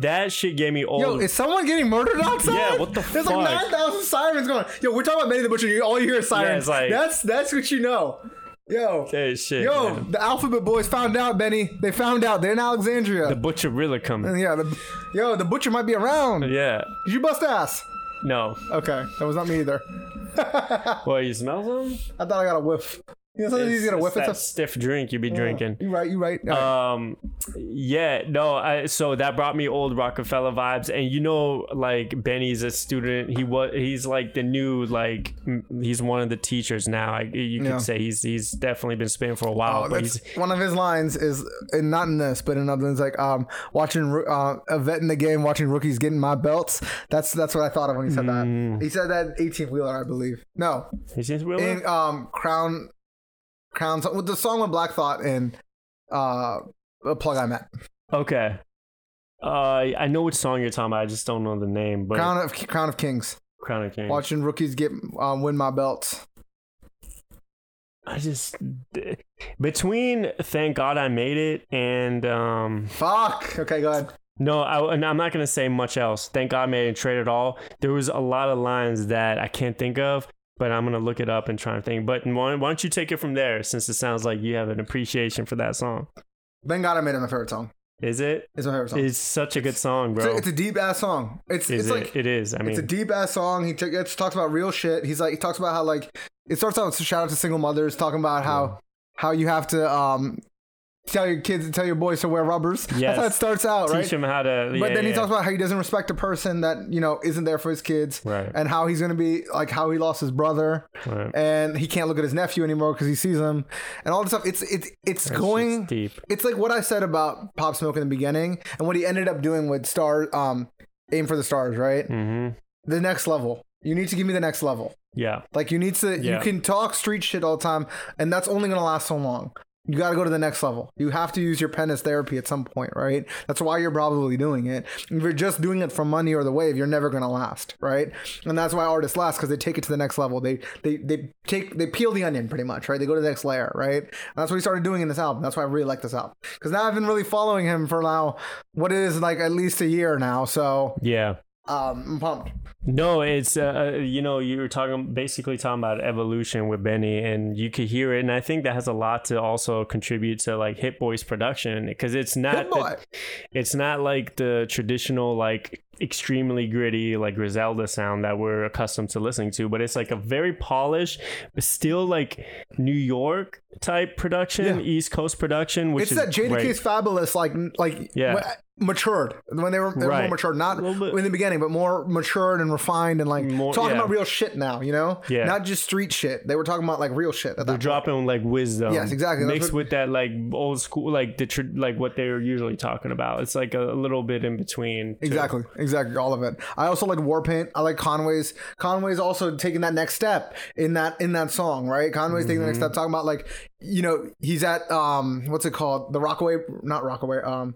S2: That shit gave me old.
S1: Yo, is someone getting murdered outside?
S2: Yeah, what the
S1: There's like
S2: fuck?
S1: nine thousand sirens going. on. Yo, we're talking about Benny the Butcher. you- All you hear is sirens.
S2: it's like-
S1: that's that's what you know. Yo.
S2: That shit.
S1: Yo,
S2: man.
S1: the Alphabet Boys found out, Benny. They found out. They're in Alexandria.
S2: the butcher really coming.
S1: yeah. The, yo, the butcher might be around.
S2: Yeah.
S1: Did you bust ass?
S2: No.
S1: Okay, that was not me either. (laughs)
S2: Well, you smell them?
S1: I thought I got a whiff. You know, sometimes you get a whiff.
S2: that
S1: It's
S2: stiff drink you be
S1: a,
S2: drinking.
S1: you right. You right. All right.
S2: Um, yeah, no. I, so that brought me old Rockefeller vibes, and you know, like Benny's a student. He was. He's like the new like. m- He's one of the teachers now. I, you could
S1: Yeah.
S2: say he's he's definitely been spinning for a while,
S1: Oh,
S2: but
S1: that's
S2: he's
S1: one of his lines is and not in this, but in other things like um watching roo- uh, a vet in the game, watching rookies getting my belts. That's that's what I thought of when he said
S2: Mm.
S1: that. He said that eighteen wheeler, I believe. No,
S2: he seems really.
S1: in um crown, crown with the song with Black Thought and uh a plug I met.
S2: okay. Uh, I know which song you're talking about. I just don't know the name, but Crown,
S1: Crown of Crown of Kings,
S2: of Kings.
S1: watching rookies get um, win my belts.
S2: I just between Thank God I Made It and um.
S1: Fuck. Okay, go ahead.
S2: No, I, and I'm not gonna say much else. Thank God, I made a trade at all. There was a lot of lines that I can't think of but I'm gonna look it up and try and think. But why, why don't you take it from there, since it sounds like you have an appreciation for that song?
S1: Thank God I made it my favorite song.
S2: Is it?
S1: It's my favorite song.
S2: It's such a good song,
S1: It's a-
S2: bro.
S1: it's a deep ass song. It's
S2: Is
S1: it's
S2: it?
S1: like
S2: it is. I mean,
S1: it's a deep ass song. He t- it's, talks about real shit. He's like he talks about how like it starts out with a shout out to single mothers talking about how how you have to um tell your kids and tell your boys to wear rubbers. That's how it
S2: Yes.
S1: starts out,
S2: teach
S1: right?
S2: him how to.
S1: but
S2: yeah,
S1: then he
S2: yeah.
S1: talks about how he doesn't respect a person that you know isn't there for his kids,
S2: Right.
S1: And how he's gonna be like how he lost his brother,
S2: Right.
S1: and he can't look at his nephew anymore because he sees him, and all this stuff. It's it's it's going
S2: It's deep.
S1: it's like what I said about Pop Smoke in the beginning and what he ended up doing with Star um Aim for the Stars, right?
S2: hmm
S1: The next level. You need to give me the next level.
S2: Yeah.
S1: Like you need to
S2: Yeah.
S1: you can talk street shit all the time and that's only going to last so long. You got to go to the next level. You have to use your pen as therapy at some point, right? That's why you're probably doing it. If you're just doing it for money or the wave, you're never going to last, right? And that's why artists last cuz they take it to the next level. They they they take they peel the onion pretty much, right? They go to the next layer, right? And that's what he started doing in this album. That's why I really like this album. Cuz now I've been really following him for now what is like at least a year now. So,
S2: Yeah.
S1: um I'm pumped.
S2: No, it's uh, uh, you know you were talking basically talking about evolution with Benny, and you could hear it, and I think that has a lot to also contribute to like Hit Boy's production because it's not
S1: Hit Boy.
S2: it's not like the traditional like extremely gritty like Griselda sound that we're accustomed to listening to, but it's like a very polished, but still like New York type production,
S1: Yeah.
S2: East Coast production, which
S1: it's
S2: is
S1: that
S2: great.
S1: JDK's fabulous, like like
S2: Yeah.
S1: wh- matured when they were, they were
S2: Right.
S1: more matured, not
S2: A little bit.
S1: in the beginning, but more matured and refined and like
S2: More-
S1: talking
S2: yeah.
S1: about real shit now. You know,
S2: Yeah.
S1: not just street shit. They were talking about like real shit. At
S2: They're
S1: that point.
S2: dropping like wisdom.
S1: Uh, Yes, exactly. That's
S2: Mixed
S1: what-
S2: with that like old school, like the tr- like what they're usually talking about. It's like a, little bit in between. too.
S1: Exactly, exactly, all of it. I also like Warpaint. I like Conway's. Conway's also taking that next step in that in that song, right? Conway's taking the next
S2: Mm-hmm.
S1: step, talking about like, you know, he's at um, what's it called? The Rockaway, not Rockaway, um,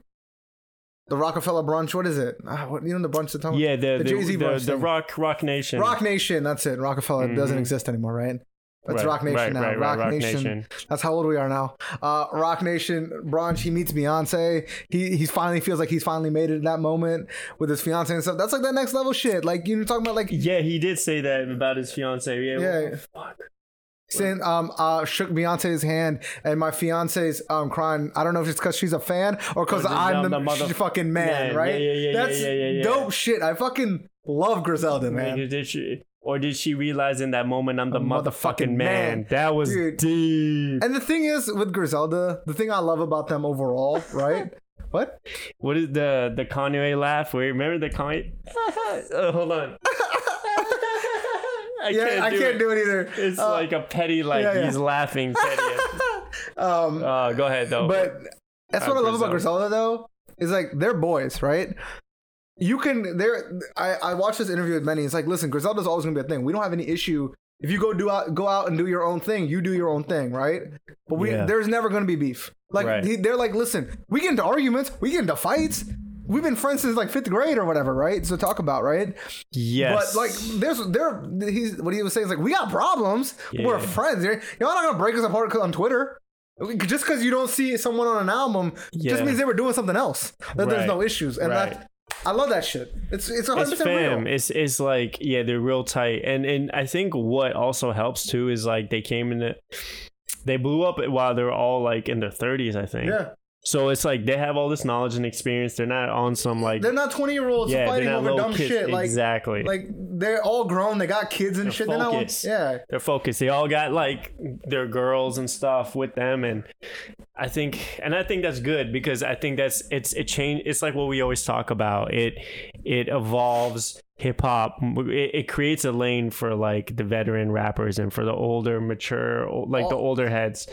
S1: the Rockefeller brunch. What is it? Ah, what you know the brunch? The time.
S2: Yeah, the the,
S1: Jay-Z
S2: the,
S1: brunch
S2: the
S1: thing.
S2: rock rock nation. Mm-hmm.
S1: Rock Nation. That's it. Rockefeller doesn't exist anymore, right? That's
S2: Right,
S1: Rock Nation
S2: right,
S1: now.
S2: right, right,
S1: Rock,
S2: Rock
S1: Nation.
S2: Nation.
S1: That's how old we are now. Uh, Rock Nation. Bronch. He meets Beyonce. He he finally feels like he's finally made it in that moment with his fiance and stuff. That's like that next level shit. Like you know, talking about like
S2: Yeah, he did say that about his fiance. Yeah.
S1: Yeah.
S2: well, fuck.
S1: saying um uh shook Beyonce's hand and my fiance's um crying. I don't know if it's because she's a fan or because
S2: Or the-
S1: I'm the,
S2: the mother-
S1: fucking man,
S2: Man,
S1: right?
S2: yeah, yeah, yeah,
S1: That's
S2: yeah, yeah, yeah, yeah.
S1: dope shit. I fucking love Griselda, man.
S2: Like, did she, or did she realize in that moment I'm the
S1: motherfucking
S2: motherfucking man?
S1: man.
S2: That was
S1: Dude.
S2: deep.
S1: And the thing is with Griselda, the thing I love about them overall,
S2: (laughs)
S1: right? what?
S2: What is the the Kanye laugh? Where remember the Kanye? (laughs) Uh, hold on. (laughs) I
S1: Yeah, I can't
S2: it.
S1: do it either.
S2: It's
S1: Uh,
S2: like a petty, like
S1: yeah, yeah.
S2: he's
S1: (laughs)
S2: laughing. Petty.
S1: um,
S2: uh, go ahead though.
S1: but that's what I
S2: I'm
S1: love about Griselda
S2: Griselda.
S1: though. Is like they're boys, right? You can they're I, I watched this interview with many. It's like, listen, Griselda's always gonna be a thing. We don't have any issue. If you go do out go out and do your own thing, you do your own thing, right? But we
S2: Yeah.
S1: there's never gonna be beef. Like
S2: Right.
S1: he, they're like, listen, we get into arguments, we get into fights. We've been friends since like fifth grade or whatever, right? So talk about, right?
S2: yes,
S1: But like, there's there. He's what he was saying is like, we got problems. but We're
S2: Yeah.
S1: friends. You're you're not gonna break us apart 'cause- on Twitter. Just because you don't see someone on an album,
S2: Yeah.
S1: just means they were doing something else. That there's
S2: Right.
S1: no issues, and
S2: Right.
S1: that, I love that shit. It's it's 100
S2: it's
S1: percent
S2: fam.
S1: real.
S2: It's it's like yeah, they're real tight, and and I think what also helps too is like they came in the, they blew up while they were all like in their thirties, I think.
S1: yeah,
S2: So it's like they have all this knowledge and experience. They're not on some like
S1: they're not 20 year olds
S2: yeah,
S1: fighting
S2: they're not
S1: over
S2: little
S1: dumb
S2: kids.
S1: shit. Like
S2: exactly.
S1: like they're all grown. They got kids and
S2: They're
S1: shit. They're not,
S2: focused.
S1: yeah,
S2: they're focused. They all got like their girls and stuff with them, and I think, and I think that's good because I think that's it's it change. It's like what we always talk about. It it evolves hip hop. It, it creates a lane for like the veteran rappers and for the older, mature, like the
S1: Oh.
S2: older heads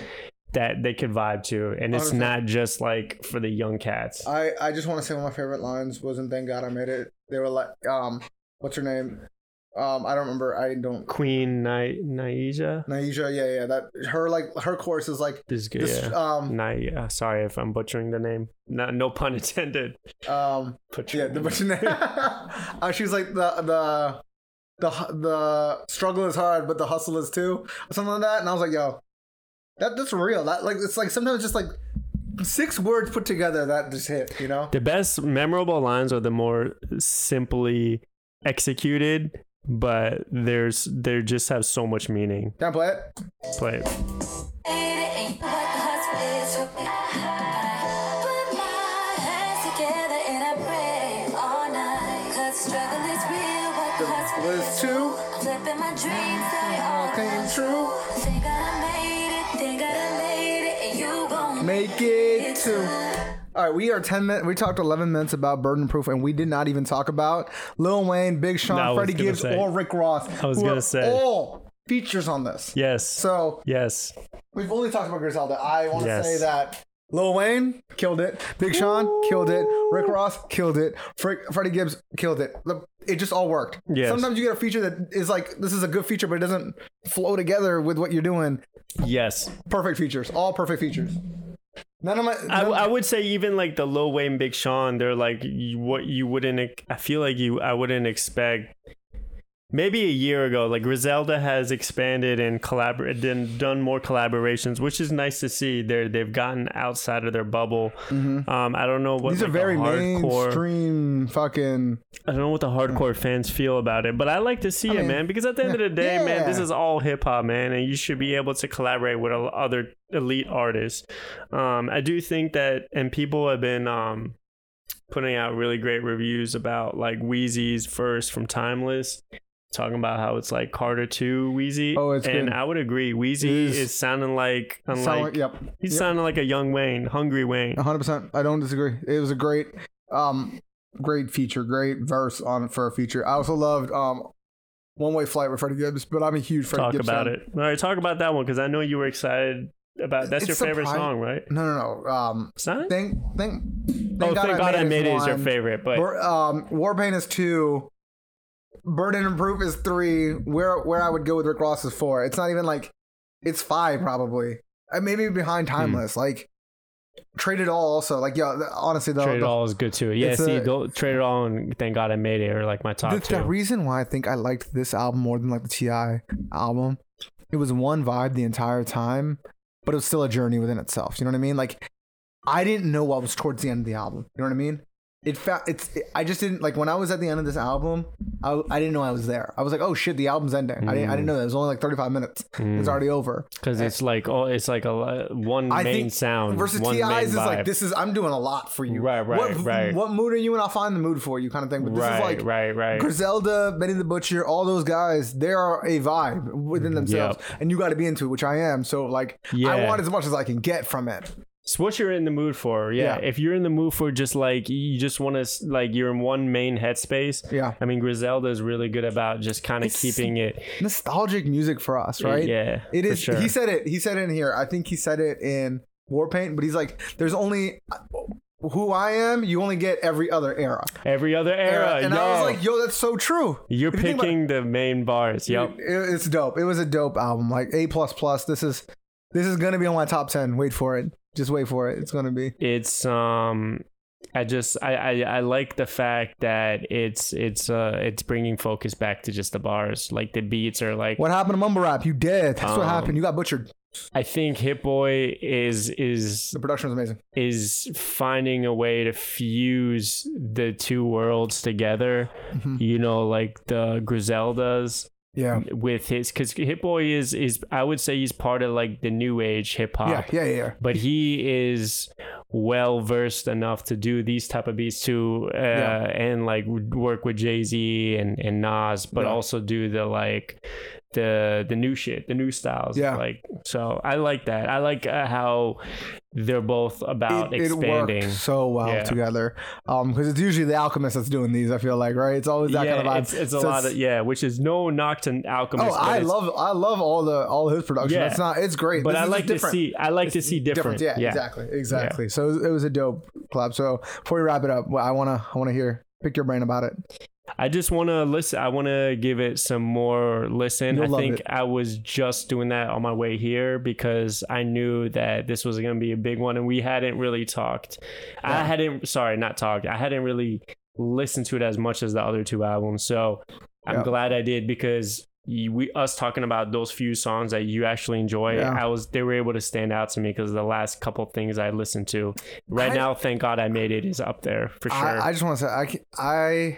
S2: that they could vibe to, and it's
S1: 100%.
S2: not just like for the young cats.
S1: I, I just want to say one of my favorite lines was in Thank God I Made It. They were like, um, what's her name? Um, I don't remember. I don't.
S2: Queen Ni- Naija.
S1: Naija, yeah, yeah. That her like her course is like
S2: This is good.
S1: this,
S2: yeah.
S1: um
S2: Ni- uh, sorry if I'm butchering the name. No, no pun intended. (laughs)
S1: um yeah.
S2: Butchering
S1: The,
S2: the
S1: but (laughs) uh, she's like the the the hu- the struggle is hard, but the hustle is too, or something like that. And I was like, yo, that that's real. That like it's like sometimes just like six words put together that just hit, you know.
S2: The best memorable lines are the more simply executed but there's they just have so much meaning.
S1: Can I play it?
S2: Play it.
S1: Liz
S5: Was
S1: two
S5: Flipping my dreams, they all
S1: came true.
S5: Think I made it, think I made it, and you gon'
S1: Make it two. All right, we are ten minutes. We talked eleven minutes about burden proof, and we did not even talk about Lil Wayne, Big Sean,
S2: No, I was
S1: Freddie
S2: gonna
S1: Gibbs,
S2: say.
S1: or Rick Ross. I
S2: was gonna say.
S1: all features on this.
S2: Yes.
S1: So
S2: yes.
S1: we've only talked about Griselda. I want to
S2: Yes.
S1: say that Lil Wayne killed it, Big Sean killed it, Rick Ross killed it, Fre- Freddie Gibbs killed it. The- It just all worked.
S2: Yes.
S1: Sometimes you get a feature that is like this is a good feature, but it doesn't flow together with what you're doing.
S2: Yes.
S1: Perfect features, all perfect features. None of my.
S2: I,
S1: none-
S2: I would say even like the Lil Wayne, Big Sean, they're like you, what you wouldn't. ex- I feel like you, I wouldn't expect. Maybe a year ago, like Griselda has expanded and collaborated, and done more collaborations, which is nice to see. They're they've gotten outside of their bubble. Um, I don't know what
S1: Mm-hmm. These
S2: like,
S1: are
S2: the
S1: very
S2: hardcore.
S1: mainstream fucking.
S2: I don't know what the hardcore fans feel about it, but I like to see it,
S1: mean,
S2: man. Because at the end of the day, man, this
S1: yeah.
S2: is all hip hop, man, and you should be able to collaborate with el- other elite artists. Um, I do think that, and people have been um, putting out really great reviews about like Wheezy's first from Timeless, talking about how it's like Carter Two Wheezy.
S1: Oh, it's
S2: and
S1: good.
S2: I would agree, Wheezy
S1: It
S2: is,
S1: is-
S2: sounding like unlike
S1: Sound, yep.
S2: he's
S1: yep.
S2: sounding like a young Wayne, hungry Wayne.
S1: 100%. I don't disagree. It was a great, um, great feature, great verse on for a feature. I also loved um, One Way Flight with Freddie Gibbs, but I'm a huge Freddie
S2: talk
S1: Gibbs
S2: about
S1: fan.
S2: it. All right, talk about that one because I know you were excited about. That's
S1: It's
S2: your favorite
S1: surprising-
S2: song, right?
S1: No, no, no. Um,
S2: It's not?
S1: thank, thank, thank
S2: oh, thank God I made it is your
S1: one.
S2: favorite, but
S1: Bur- um, Warpaint is two. Burden and Proof is three. Where where I would go with Rick Ross is four. It's not even like it's five probably. Uh, maybe behind
S2: Hmm.
S1: Timeless. Like Trade It All also. Like yeah, th- honestly though,
S2: Trade It
S1: the,
S2: All is good too. Yeah,
S1: It's
S2: see,
S1: a-
S2: tho- Trade It All and Thank God I Made It are like my top
S1: the,
S2: two.
S1: the reason why I think I liked this album more than like the Ti album, it was one vibe the entire time, but it was still a journey within itself. You know what I mean? Like I didn't know what was towards the end of the album. You know what I mean? It felt it's. It, I just didn't like when I was at the end of this album. I, I didn't know I was there. I was like, oh shit, the album's ending. I didn't I
S2: Mm.
S1: didn't know that. It was only like thirty five minutes. It's already over.
S2: Because it's like oh, it's like a li- one
S1: I
S2: main
S1: think
S2: sound
S1: versus
S2: one
S1: Ti's
S2: main
S1: is like
S2: vibe.
S1: this is I'm doing a lot for you.
S2: Right, right,
S1: what,
S2: right.
S1: What mood are you in? I'll find the mood for you, kind of thing. But this
S2: Right,
S1: is like
S2: right, right.
S1: Griselda, Benny the Butcher, all those guys, they are a vibe within themselves, and you got to be into it, which I am. So like, I
S2: Mm, Yeah.
S1: want as much as I can get from it.
S2: It's what you're in the mood for.
S1: Yeah.
S2: Yeah. If you're in the mood for just like you just want to like you're in one main headspace.
S1: Yeah.
S2: I mean Griselda is really good about just kind of keeping it.
S1: Nostalgic music for us, right?
S2: Yeah.
S1: it
S2: for
S1: is.
S2: Sure.
S1: He said it. He said it in here. I think he said it in Warpaint, but he's like, there's only. uh, Who I am, you only get every other era.
S2: every other era.
S1: and
S2: yo,
S1: I was like, yo, that's so true.
S2: you're
S1: If you think about it-
S2: picking the main bars. Yep.
S1: It- it's dope. It was a dope album. Like A plus plus. This is this is gonna be on my top ten. Wait for it. Just wait for it. It's gonna be.
S2: it's um i just I, I i like the fact that it's it's uh it's bringing focus back to just the bars like the beats are like
S1: What happened to mumble rap? You dead. That's what
S2: Um,
S1: happened. You got butchered.
S2: i think hit boy is is
S1: The production was amazing.
S2: is finding a way to fuse the two worlds together you know like the griseldas
S1: Mm-hmm. Yeah.
S2: with his because hit boy is is i would say he's part of like the new age hip-hop
S1: Yeah. Yeah. Yeah. yeah.
S2: but he is well versed enough to do these type of beats too, uh,
S1: Yeah.
S2: and like w- work with Jay Z and and Nas, but
S1: Yeah.
S2: also do the like the the new shit, the new styles.
S1: Yeah.
S2: like so I like that. I like uh, how they're both about
S1: It, it
S2: expanding.
S1: worked so well
S2: Yeah.
S1: together. Um, because it's usually the alchemist that's doing these. I feel like right. It's always that
S2: yeah,
S1: kind of vibe.
S2: it's, it's a
S1: So
S2: lot of yeah, which is no knock to Alchemist.
S1: Oh,
S2: but
S1: I
S2: it's-
S1: love I love all the all his production.
S2: Yeah.
S1: It's not it's great.
S2: but
S1: This
S2: I
S1: is
S2: like
S1: just
S2: to
S1: different.
S2: see I like to see different.
S1: difference. Yeah, exactly, exactly. So it was, it was a dope collab. So before we wrap it up, well, I wanna I wanna hear pick your brain about it.
S2: I just want to listen. I want to give it some more listen.
S1: You'll
S2: I
S1: love
S2: think
S1: it.
S2: I was just doing that on my way here because I knew that this was going to be a big one, and we hadn't really talked. I hadn't, sorry, not talked. I hadn't really listened to it as much as the other two albums. So I'm
S1: Yeah.
S2: glad I did because you, we us talking about those few songs that you actually enjoy.
S1: Yeah.
S2: I was they were able to stand out to me because the last couple things I listened to. Right
S1: I-
S2: now, thank God I made it is up there for sure.
S1: I, I just want to say I ca- I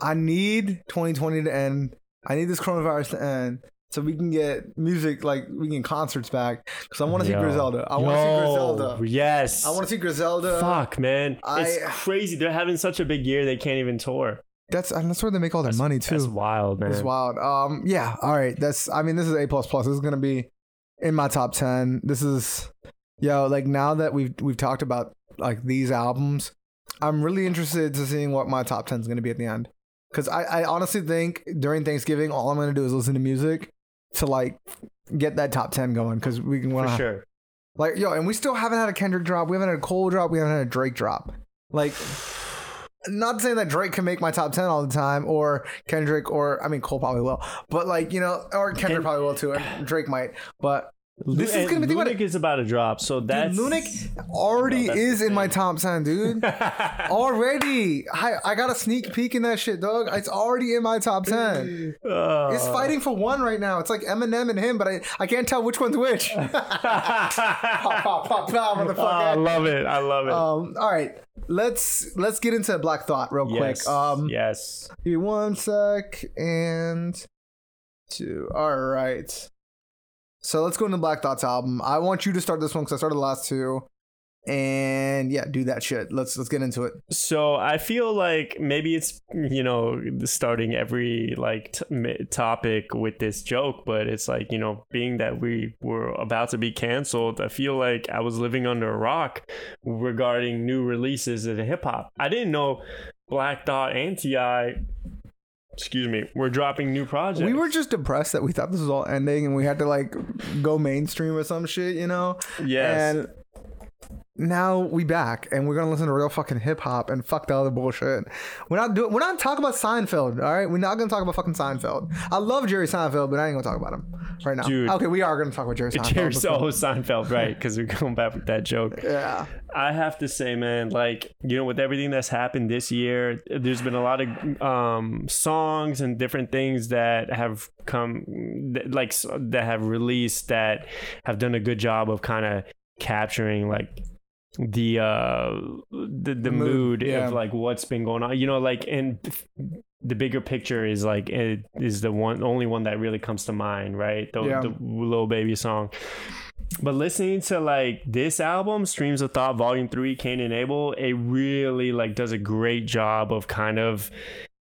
S1: I need 2020 to end I need this coronavirus to end so we can get music, like we can get concerts back. Because I want to see
S2: Yo.
S1: Griselda. I want to see
S2: Yo,
S1: Griselda.
S2: Yes.
S1: I want to see Griselda.
S2: Fuck, man.
S1: I-
S2: it's crazy. They're having such a big year, they can't even tour.
S1: That's and that's where they make all their money too.
S2: That's wild, man.
S1: It's wild. Um, yeah. All right. That's. I mean, this is a plus plus. This is gonna be in my top ten. This is, yo, like now that we've we've talked about like these albums, I'm really interested to seeing what my top ten is gonna be at the end. Cause I, I honestly think during Thanksgiving, all I'm gonna do is listen to music to like get that top ten going. Cause we can
S2: For
S1: wanna,
S2: sure.
S1: like yo, and we still haven't had a Kendrick drop. We haven't had a Cole drop. We haven't had a Drake drop. Like, not saying that Drake can make my top ten all the time, or Kendrick, or I mean Cole probably will, but like you know, or Kendrick
S2: Ken-
S1: probably will too, and Drake might. But this
S2: Lu-
S1: is gonna
S2: and
S1: be what
S2: Lunik
S1: it,
S2: is about to drop, so
S1: dude,
S2: that's (laughs)
S1: Lunik already
S2: No, that's
S1: is in my top ten,
S2: (laughs)
S1: dude. already, I I got a sneak peek in that shit, dog. It's already in my top ten.
S2: Uh,
S1: It's fighting for one right now. It's like Eminem and him, but I, I can't tell which one's which.
S2: (laughs)
S1: (laughs) pop, pop, pop, pop, motherfucker.
S2: Oh, I love it. I love it.
S1: Um, all right, let's let's get into Black Thought real
S2: yes.
S1: quick. Um,
S2: yes.
S1: give me one sec and two. All right, so let's go into Black Thought's album. I want you to start this one because I started the last two, and yeah, do that shit. Let's let's get into it.
S2: So I feel like maybe it's you know starting every like t- m- topic with this joke, but it's like you know being that we were about to be canceled, I feel like I was living under a rock regarding new releases of hip hop. I didn't know Black Dot and Ti, excuse me, were dropping new projects. (laughs)
S1: We were just depressed that we thought this was all ending, and we had to like go mainstream or some shit, you know.
S2: yes,
S1: And now we back and we're gonna listen to real fucking hip hop and fuck the other bullshit. We're not doing we're not talking about Seinfeld, all right? We're not gonna talk about fucking Seinfeld. I love Jerry Seinfeld, but I ain't gonna talk about him right now.
S2: Dude.
S1: Okay, we are gonna talk about Jerry Seinfeld.
S2: (laughs) Jerry
S1: Let's go.
S2: oh, Seinfeld, right? Because we're going back with that joke.
S1: Yeah.
S2: I have to say, man, like you know, with everything that's happened this year, there's been a lot of um, songs and different things that have come, that, like s- that have released that have done a good job of kind of capturing like the uh the, the,
S1: mood,
S2: mood,
S1: yeah.
S2: of like what's been going on. You know, like and the bigger picture is like it is the one only one that really comes to mind, right? The,
S1: Yeah.
S2: the little baby song. But listening to like this album, Streams of Thought Volume 3, Cain and Abel, it really like does a great job of kind of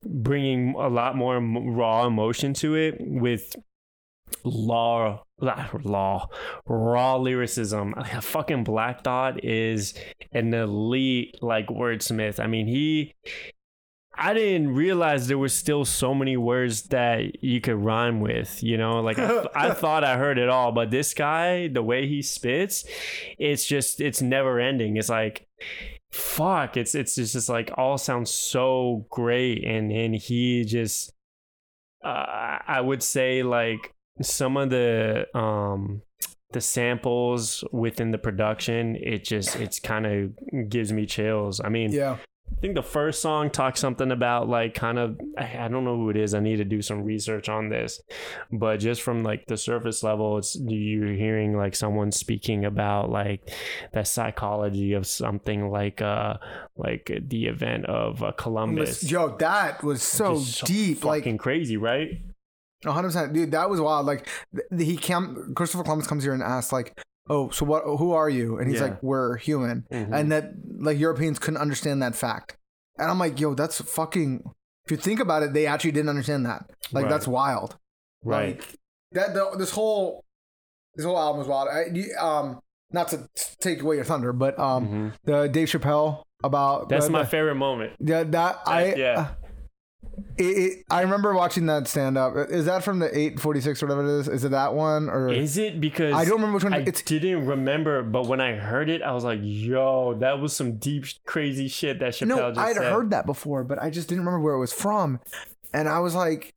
S2: bringing a lot more em- raw emotion to it with law la- law raw lyricism fucking black dot is an elite like wordsmith i mean he i didn't realize there were still so many words that you could rhyme with you know like I, I thought i heard it all but this guy the way he spits it's just it's never ending it's like fuck it's it's just, just like all sounds so great and and he just uh, I would say like some of the um the samples within the production it just it's kind of gives me chills i mean
S1: Yeah.
S2: i think the first song talks something about like kind of i I don't know who it is i need to do some research on this but just from like the surface level it's you're hearing like someone speaking about like the psychology of something like uh like the event of uh, columbus
S1: Yo, that was so,
S2: Just so
S1: deep. Like
S2: fucking crazy right
S1: 100 percent dude that was wild like th- th- he came christopher columbus comes here and asks like oh so what who are you and he's
S2: Yeah. Mm-hmm.
S1: like we're human and that like europeans couldn't understand that fact and i'm like yo that's fucking if you think about it they actually didn't understand that like
S2: Right.
S1: that's wild
S2: right
S1: like that the, this whole this whole album was wild I, you- um not to t- take away your thunder but um
S2: Mhm.
S1: the dave chappelle about
S2: That's
S1: the-
S2: my
S1: the-
S2: favorite moment.
S1: yeah, that I
S2: yeah.
S1: uh, it, it, I remember watching that stand up. Is that from the 846 or whatever it is? Is it that one or
S2: Is it because
S1: I don't remember which one
S2: I
S1: it's
S2: didn't remember, but when I heard it, I was like, "Yo, that was some deep, crazy shit that Chappelle
S1: No,
S2: just
S1: I'd
S2: said."
S1: heard that before, but I just didn't remember where it was from. And I was like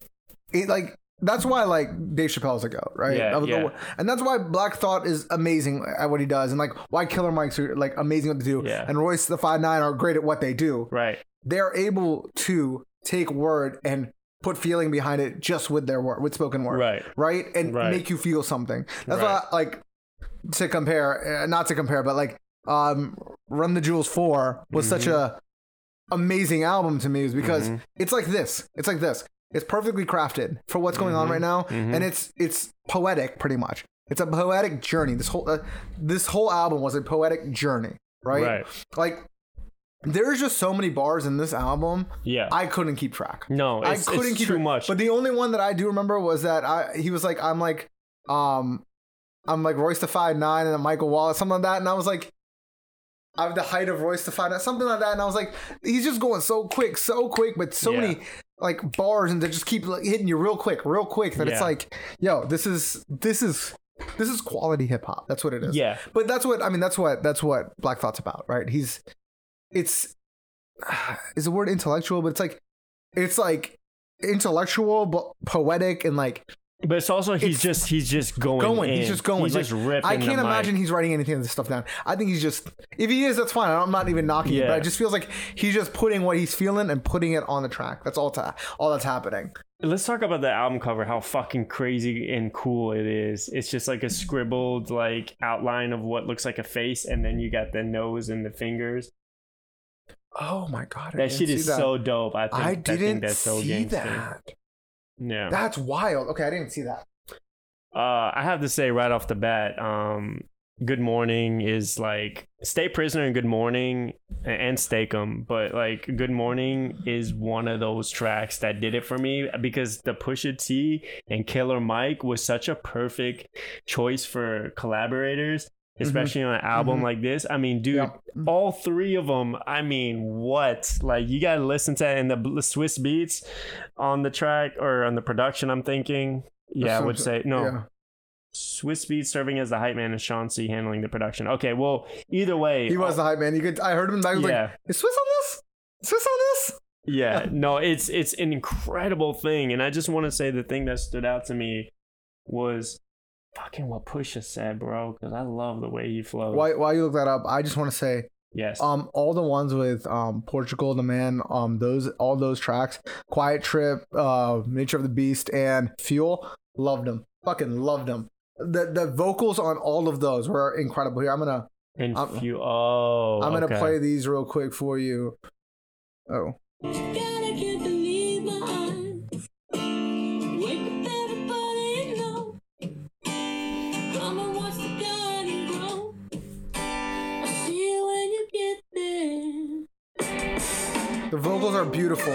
S1: it like that's why like Dave Chappelle's a goat, right?
S2: Yeah,
S1: That was the
S2: yeah.
S1: one- and that's why Black Thought is amazing at what he does, and like why Killer Mike's are like amazing at what they do,
S2: Yeah.
S1: and Royce the Five Nine are great at what they do.
S2: Right,
S1: They're able to take word and put feeling behind it just with their word, with spoken word.
S2: right,
S1: right and
S2: Right.
S1: make you feel something that's
S2: Right.
S1: why like to compare uh, not to compare but like um run the jewels
S2: Mm-hmm.
S1: 4 was such a amazing album to me is because it's like this it's like this It's perfectly crafted for what's going
S2: Mm-hmm.
S1: on right now, and it's it's poetic pretty much. It's a poetic journey. This whole uh, this whole album was a poetic journey, right?
S2: Right.
S1: Like there's just so many bars in this album.
S2: Yeah.
S1: I couldn't keep track.
S2: No, it's-
S1: I
S2: it's
S1: couldn't keep
S2: too
S1: track.
S2: much.
S1: But the only one that I do remember was that I he was like I'm like um I'm like Royce the Five Nine and then Michael Wallace something like that, and I was like. I'm the height of Royce the Five Nine, something like that, and I was like, he's just going so quick, so quick, but so
S2: Yeah.
S1: many like bars, and they just keep like, hitting you real quick, real quick. That it's
S2: Yeah.
S1: like, yo, this is this is this is quality hip hop. That's what it is.
S2: Yeah.
S1: But that's what I mean. That's what that's what Black Thought's about, right? He's it's is the word intellectual, but it's like it's like intellectual but poetic and like
S2: But it's also he's
S1: It's-
S2: just he's just going.
S1: going. He's
S2: in.
S1: just going.
S2: He's
S1: Like,
S2: just ripping.
S1: I can't
S2: the mic.
S1: imagine he's writing anything of this stuff down. I think he's just if he is, that's fine. I'm not even knocking it, but
S2: Yeah.
S1: it just feels like he's just putting what he's feeling and putting it on the track. That's all ta- all that's happening.
S2: Let's talk about the album cover. How fucking crazy and cool it is. It's just like a scribbled like outline of what looks like a face, and then you got the nose and the fingers.
S1: Oh my god, I
S2: That
S1: didn't
S2: shit
S1: see
S2: is
S1: that.
S2: so dope. I think
S1: I
S2: think
S1: didn't
S2: that's so
S1: see
S2: gangster.
S1: that.
S2: Yeah.
S1: That's wild. Okay, I didn't see that.
S2: uh, I have to say right off the bat, um, Good Morning is like Stay Prisoner and Good Morning a- and Stake'em, but like Good Morning is one of those tracks that did it for me because the Pusha T and Killer Mike was such a perfect choice for collaborators. Especially on an album
S1: Mhm.
S2: like this, I mean, dude,
S1: Yep.
S2: all three of them. I mean, what? Like, you gotta listen to and the bl- Swiss beats on the track or on the production. I'm thinking, yeah, I would say no.
S1: Yeah.
S2: Swiss Beats serving as the hype man and Sean C handling the production. Okay, well, either way, oh,
S1: He was the hype man. You could I heard him. I was
S2: yeah,
S1: like, is Swiss on this? Swiss on this? (laughs)
S2: yeah. No, it's it's an incredible thing, and I just want to say the thing that stood out to me was fucking what Pusha said, bro, because I love the way he flows.
S1: Why? While you look that up, I just want to say,
S2: Yes.
S1: um, all the ones with um Portugal, the man, um, those all those tracks, Quiet Trip, uh, Nature of the Beast, and Fuel, loved them. Fucking loved them. The the vocals on all of those were incredible. Here, I'm gonna
S2: and
S1: I'm-
S2: few. Oh,
S1: I'm gonna
S2: okay.
S1: play these real quick for you. Oh,
S5: God, I can't believe my eyes. Wake up, everybody, you know. Come and watch the garden grow. I'll see you when you get there.
S1: the vocals are beautiful.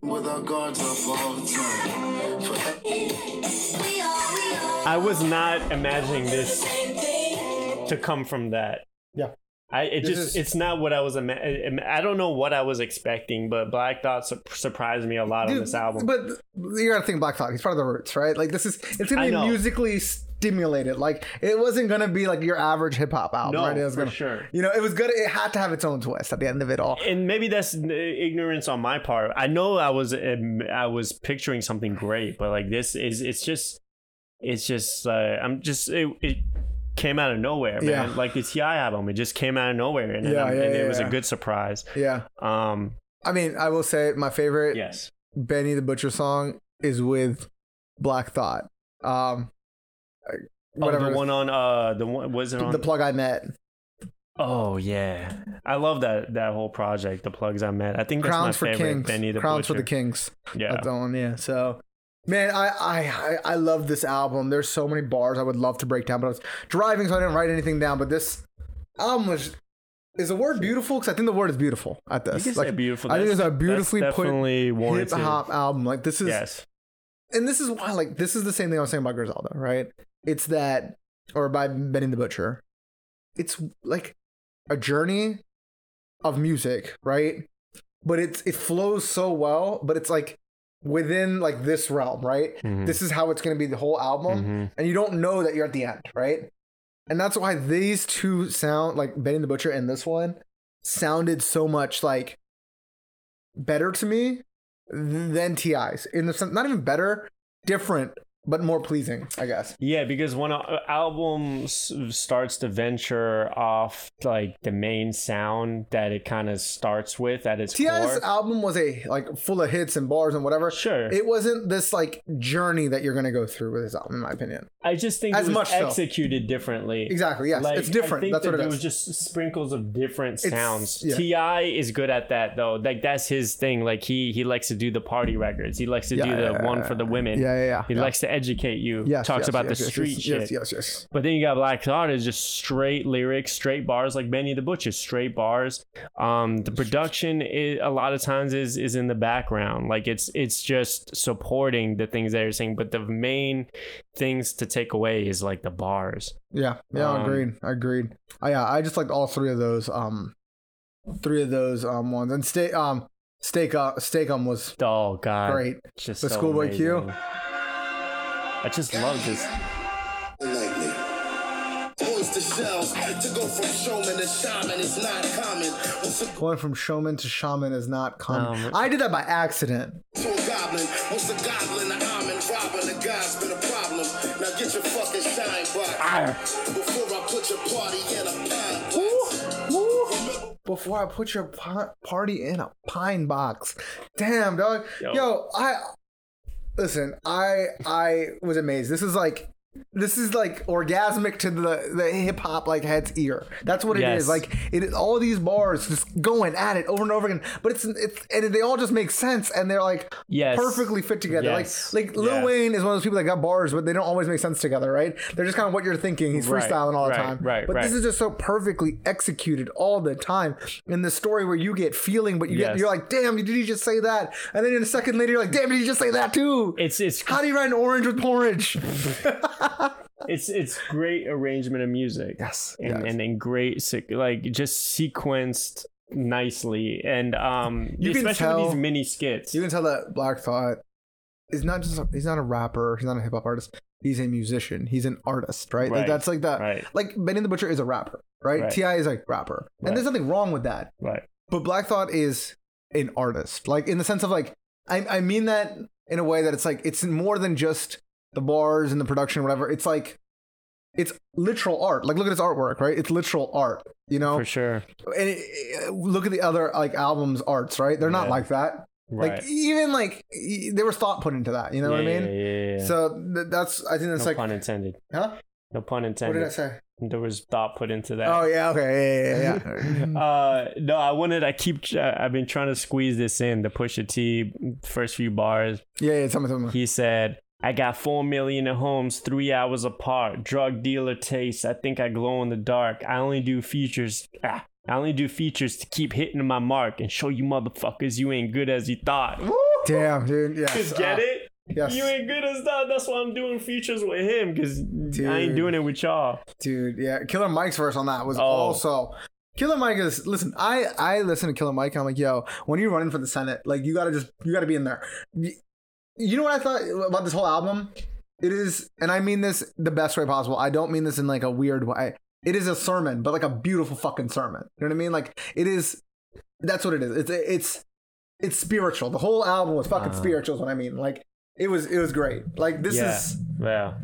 S4: With our guards up all the time. For
S5: We are, we are
S2: I was not imagining this
S5: same thing.
S2: to come from that.
S1: Yeah.
S2: I it
S1: This
S2: just
S1: is-
S2: it's not what I was ima- im- I don't know what I was expecting, but Black Dot su- surprised me a lot on
S1: Dude,
S2: this album.
S1: But you gotta think Black Thought. He's part of the Roots, right? Like this is it's
S2: I
S1: gonna be
S2: know.
S1: musically stimulated. Like it wasn't gonna be like your average hip hop album.
S2: no,
S1: right? It was
S2: for
S1: gonna,
S2: sure.
S1: You know, it was good. It had to have its own twist at the end of it all.
S2: And maybe that's n- ignorance on my part. I know I was um, I was picturing something great, but like this is it's just it's just uh, I'm just it, it came out of nowhere, man.
S1: Yeah.
S2: Like the Ti album, it just came out of nowhere, and, and
S1: Yeah,
S2: I'm-
S1: yeah,
S2: and it
S1: yeah,
S2: was
S1: yeah.
S2: a good surprise.
S1: Yeah.
S2: Um,
S1: I mean, I will say my favorite
S2: yes,
S1: Benny the Butcher song is with Black Thought. Um, whatever.
S2: Oh, the one on uh the one was it on
S1: the plug I met.
S2: Oh yeah, I love that that whole project. The plugs I met. I think that's
S1: Crowns for
S2: my favorite.
S1: Kings.
S2: Benny the
S1: Crowns for
S2: Butcher.
S1: the Kings.
S2: Yeah,
S1: That's the one, yeah. So, man, I, I I I love this album. There's so many bars I would love to break down, but I was driving, so I didn't write anything down. But this album was is the word beautiful because I think the word is beautiful at
S2: you
S1: this.
S2: can say beautiful.
S1: I think
S2: That's-
S1: it's a beautifully
S2: that's
S1: put
S2: definitely
S1: hip
S2: warranted.
S1: hop album. Like this is
S2: Yes,
S1: and this is why like this is the same thing I was saying about Griselda, right? It's that or by Benny the Butcher. It's like a journey of music, right? But it's it flows so well, but it's like within like this realm, right?
S2: Mhm.
S1: This is how it's gonna be the whole album,
S2: Mhm.
S1: and you don't know that you're at the end, right? And that's why these two sound like Benny the Butcher and this one sounded so much like better to me than TI's in the sense, not even better, different, but more pleasing, I guess.
S2: Yeah, because when an album s- starts to venture off like the main sound that it kind of starts with at its
S1: Ti's
S2: core.
S1: album was a like full of hits and bars and whatever.
S2: Sure.
S1: It wasn't this like journey that you're gonna go through with his album, in my opinion.
S2: I just think
S1: As
S2: it was
S1: much so.
S2: executed differently.
S1: Exactly. Yes,
S2: Like,
S1: it's
S2: I
S1: different.
S2: think
S1: That's
S2: that
S1: what it
S2: there
S1: is.
S2: was just sprinkles of different
S1: It's-
S2: sounds.
S1: yeah.
S2: Ti is good at that though. Like that's his thing. Like he he likes to do the party records. He likes to
S1: Yeah,
S2: do the
S1: yeah,
S2: one
S1: yeah,
S2: for the women.
S1: yeah, yeah, yeah.
S2: He
S1: yeah.
S2: likes to educate you.
S1: Yes,
S2: talks
S1: yes,
S2: about
S1: yes,
S2: the
S1: yes,
S2: street
S1: yes,
S2: shit.
S1: Yes, yes, yes.
S2: But then you got Black Thought is just straight lyrics, straight bars, like Benny the Butcher, straight bars. Um, the production is, a lot of times is is in the background, like it's it's just supporting the things that you're saying. But the main things to take away is like the bars.
S1: Yeah, yeah,
S2: Um,
S1: agreed, agreed. I yeah, I just liked all three of those. Um, three of those um ones and stay um stake uh stakeum was
S2: Oh God,
S1: great.
S2: Just
S1: The
S2: so
S1: Schoolboy Q.
S2: amazing. I just love this.
S4: Lightning. Pours the shells to go from showman to shaman is not common. Once a
S1: Going from showman to shaman is not common.
S2: Um,
S1: I did that by accident.
S4: to a goblin, once a goblin, an almond, robbing the god's been a problem. Now get your fucking shine box before I put your party in a pine box. Remember
S1: Before I put your pi- party in a pine box, damn dog. Yo,
S2: Yo.
S1: I listen. I I was amazed. This is like. This is like orgasmic to the, the hip hop like head's ear. That's what it is.
S2: Yes.
S1: Like it is all these bars just going at it over and over again. But it's it's and they all just make sense and they're like
S2: Yes.
S1: perfectly fit together.
S2: Yes.
S1: Like like Lil
S2: Yes.
S1: Wayne is one of those people that got bars, but they don't always make sense together, right? They're just kind of what you're thinking. He's
S2: Right,
S1: freestyling all the
S2: right,
S1: time.
S2: right,
S1: But this
S2: right.
S1: is just so perfectly executed all the time. In the story where you get feeling, but you get
S2: Yes.
S1: you're like, damn, did he just say that? And then in a second later, you're like, damn, did he just say that too?
S2: It's it's
S1: How do you write an orange with
S2: (laughs)
S1: porridge?
S2: it's it's great arrangement of music.
S1: Yes,
S2: and
S1: yes.
S2: and, and great se- like just sequenced nicely and um
S1: You can
S2: especially with
S1: tell-
S2: these mini skits.
S1: you can tell that Black Thought is not just a, he's not a rapper. He's not a hip hop artist. He's a musician. He's an artist, right? Like
S2: Right,
S1: that's like that.
S2: right.
S1: Like Benny the Butcher is a rapper, right?
S2: Right.
S1: Ti is like rapper, and
S2: Right.
S1: there's nothing wrong with that.
S2: right.
S1: but Black Thought is an artist, like in the sense of like I, I mean that in a way that it's like it's more than just the bars and the production, whatever. It's like it's literal art. Like look at his artwork, right? It's literal art, you know.
S2: For sure.
S1: And it, it- look at the other like albums arts, right? They're not
S2: Yeah.
S1: like that.
S2: Right.
S1: Like even like e- there was thought put into that. You know what I
S2: Yeah,
S1: mean?
S2: Yeah, yeah, yeah.
S1: So th- that's I think that's
S2: no
S1: like
S2: pun intended.
S1: huh?
S2: No pun
S1: What
S2: intended.
S1: did I say?
S2: There was thought put into that.
S1: Oh yeah, okay, yeah, yeah,
S2: (laughs)
S1: yeah. yeah.
S2: Uh, no, I wanted. I keep. uh, I've been trying to squeeze this in. The Pusha T first few bars.
S1: yeah, yeah tell me, tell
S2: (laughs)
S1: me.
S2: He said, I got four million at homes, three hours apart. Drug dealer taste. I think I glow in the dark. I only do features. Ah, I only do features to keep hitting my mark and show you motherfuckers you ain't good as you thought. Woo!
S1: Damn, dude. Yes.
S2: Just get
S1: uh,
S2: it?
S1: Yes.
S2: You ain't good as that. That's why I'm doing features with him because I
S1: Dude.
S2: ain't doing it with y'all.
S1: dude yeah killer mike's verse on that was
S2: Oh.
S1: also killer mike is listen i i listen to killer mike and i'm like yo when you're running for the senate like you gotta just you gotta be in there Y- you know what i thought about this whole album it is and i mean this the best way possible i don't mean this in like a weird way it is a sermon but like a beautiful fucking sermon you know what i mean like it is that's what it is it's it's it's spiritual the whole album was fucking
S2: Wow.
S1: spiritual is what i mean like it was it was great like this
S2: Uh. yeah.
S1: is
S2: yeah.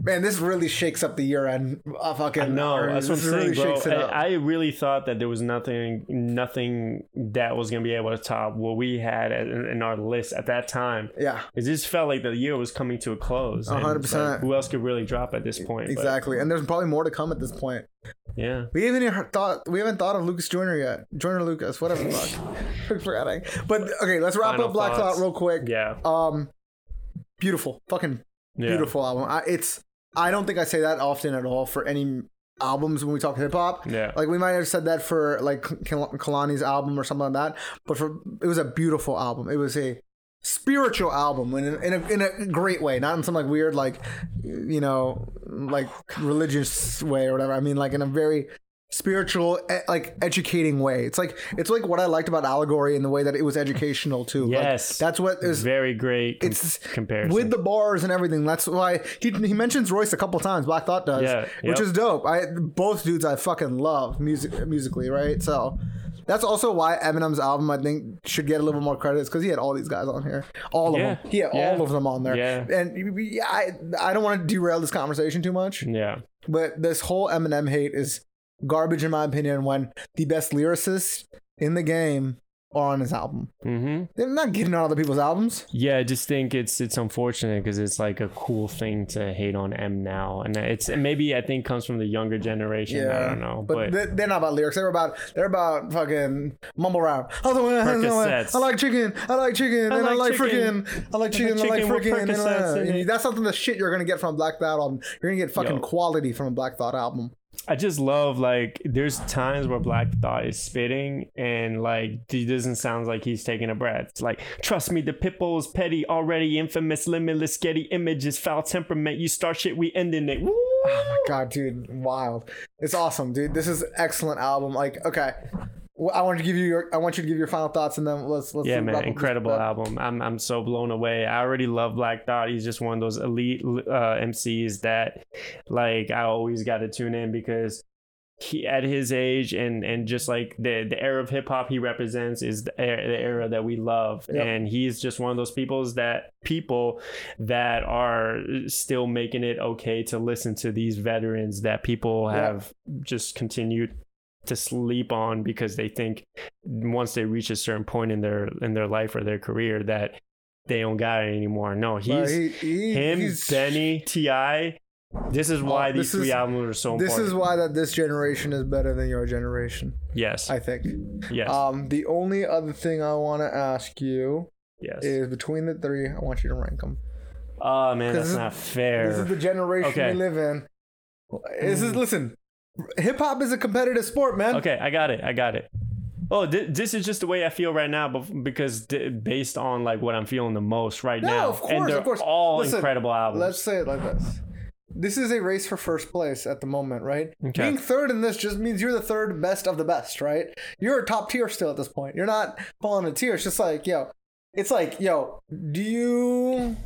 S1: Man, this really shakes up the year end. Uh, fucking,
S2: I know.
S1: already.
S2: That's what I'm
S1: This
S2: saying, bro.
S1: shakes it up.
S2: I, I really thought that there was nothing, nothing that was gonna be able to top what we had at- in in our list at that time.
S1: yeah,
S2: It just felt like the year was coming to a close. and
S1: 100%.
S2: like, Who else could really drop at this point? But,
S1: exactly. And there's probably more to come at this point.
S2: yeah.
S1: We haven't even thought we haven't thought of Lucas Joyner yet. Joyner Lucas, whatever. the fuck.
S2: (laughs)
S1: (laughs) I'm forgetting. But okay, let's wrap
S2: Final
S1: up Black
S2: thoughts.
S1: Thought real quick.
S2: Yeah.
S1: Um, beautiful, fucking
S2: yeah.
S1: beautiful album. I, it's I don't think I say that often at all for any albums when we talk hip hop.
S2: Yeah.
S1: Like we might have said that for like Kal- Kalani's album or something like that, but for it was a beautiful album. It was a spiritual album in a, in a, in a great way, not in some like weird like you know like religious way or whatever. I mean like in a very spiritual e- like educating way. It's like it's like what I liked about Allegory in the way that it was educational too. Like,
S2: Yes.
S1: that's what is
S2: Very great. com-
S1: it's
S2: comparison
S1: with the bars and everything. That's why he he mentions Royce a couple times. Black Thought does,
S2: Yeah,
S1: which
S2: yep.
S1: is dope. I both dudes I fucking love music musically, right? So That's also why Eminem's album, I think, should get a little more credit because he had all these guys on here, all of
S2: Yeah,
S1: them. He had
S2: yeah,
S1: all of them on there.
S2: yeah.
S1: And y- y- yeah, I, I don't want to derail this conversation too much,
S2: Yeah.
S1: but this whole Eminem hate is garbage in my opinion. When the best lyricists in the game are on his album,
S2: Mm-hmm.
S1: they're not getting on other people's albums.
S2: Yeah, I just think it's it's unfortunate because it's like a cool thing to hate on M now, and it's and maybe I think comes from the younger generation. I don't know,
S1: but,
S2: but,
S1: they- they're not about lyrics. They're about they're about fucking mumble rap. I
S2: Percocets.
S1: like chicken. I like chicken. And I like
S2: like chicken.
S1: freaking. I like chicken. I like
S2: chicken with
S1: freaking. and
S2: Percocets
S1: I-
S2: in it.
S1: That's not the shit you're gonna get from a Black Thought album. You're gonna get fucking
S2: Yo.
S1: quality from a Black Thought album.
S2: I just love like there's times where Black Thought is spitting and like he doesn't sound like he's taking a breath. It's like, trust me, the pitbull's petty, already infamous, limitless, sketty images, foul temperament. You start shit, we ending it. Woo!
S1: God, dude, wild. It's awesome, dude. This is excellent album. Like, okay, Well, I want to give you your. I want you to give your final thoughts, and then let's let's.
S2: Yeah,
S1: wrap up
S2: man,
S1: this-
S2: incredible album. I'm I'm so blown away. I already love Black Thought. He's just one of those elite uh, MCs that, like, I always got to tune in because he at his age and and just like the the era of hip hop he represents is the era, the era that we love,
S1: Yep.
S2: and he's just one of those people's that people that are still making it okay to listen to these veterans that people
S1: Yeah.
S2: have just continued to sleep on because they think once they reach a certain point in their in their life or their career that they don't got it anymore. No, he's
S1: But he- he-
S2: him,
S1: he's-
S2: Benny, Ti. This is why
S1: Oh,
S2: these
S1: this
S2: three
S1: is-
S2: albums are so
S1: This
S2: important.
S1: is why that this generation is better than your generation.
S2: yes,
S1: I think.
S2: yes,
S1: Um, the only other thing I want to ask you
S2: yes.
S1: is between the three, I want you to rank them.
S2: oh man,
S1: 'cause
S2: that's
S1: this-
S2: not fair.
S1: This is the generation
S2: Okay.
S1: we live in. This is listen. Hip hop is a competitive sport, man.
S2: okay, I got it. I got it. Oh, th- this is just the way I feel right now, bef- because d- based on like what I'm feeling the most right
S1: No,
S2: now,
S1: of
S2: and
S1: course,
S2: they're
S1: of course.
S2: all
S1: Listen,
S2: incredible albums.
S1: Let's say it like this. This is a race for first place at the moment, right?
S2: Okay.
S1: Being third in this just means you're the third best of the best, right? You're a top tier still at this point. You're not falling a tier. It's just like, yo, it's like, yo, do you.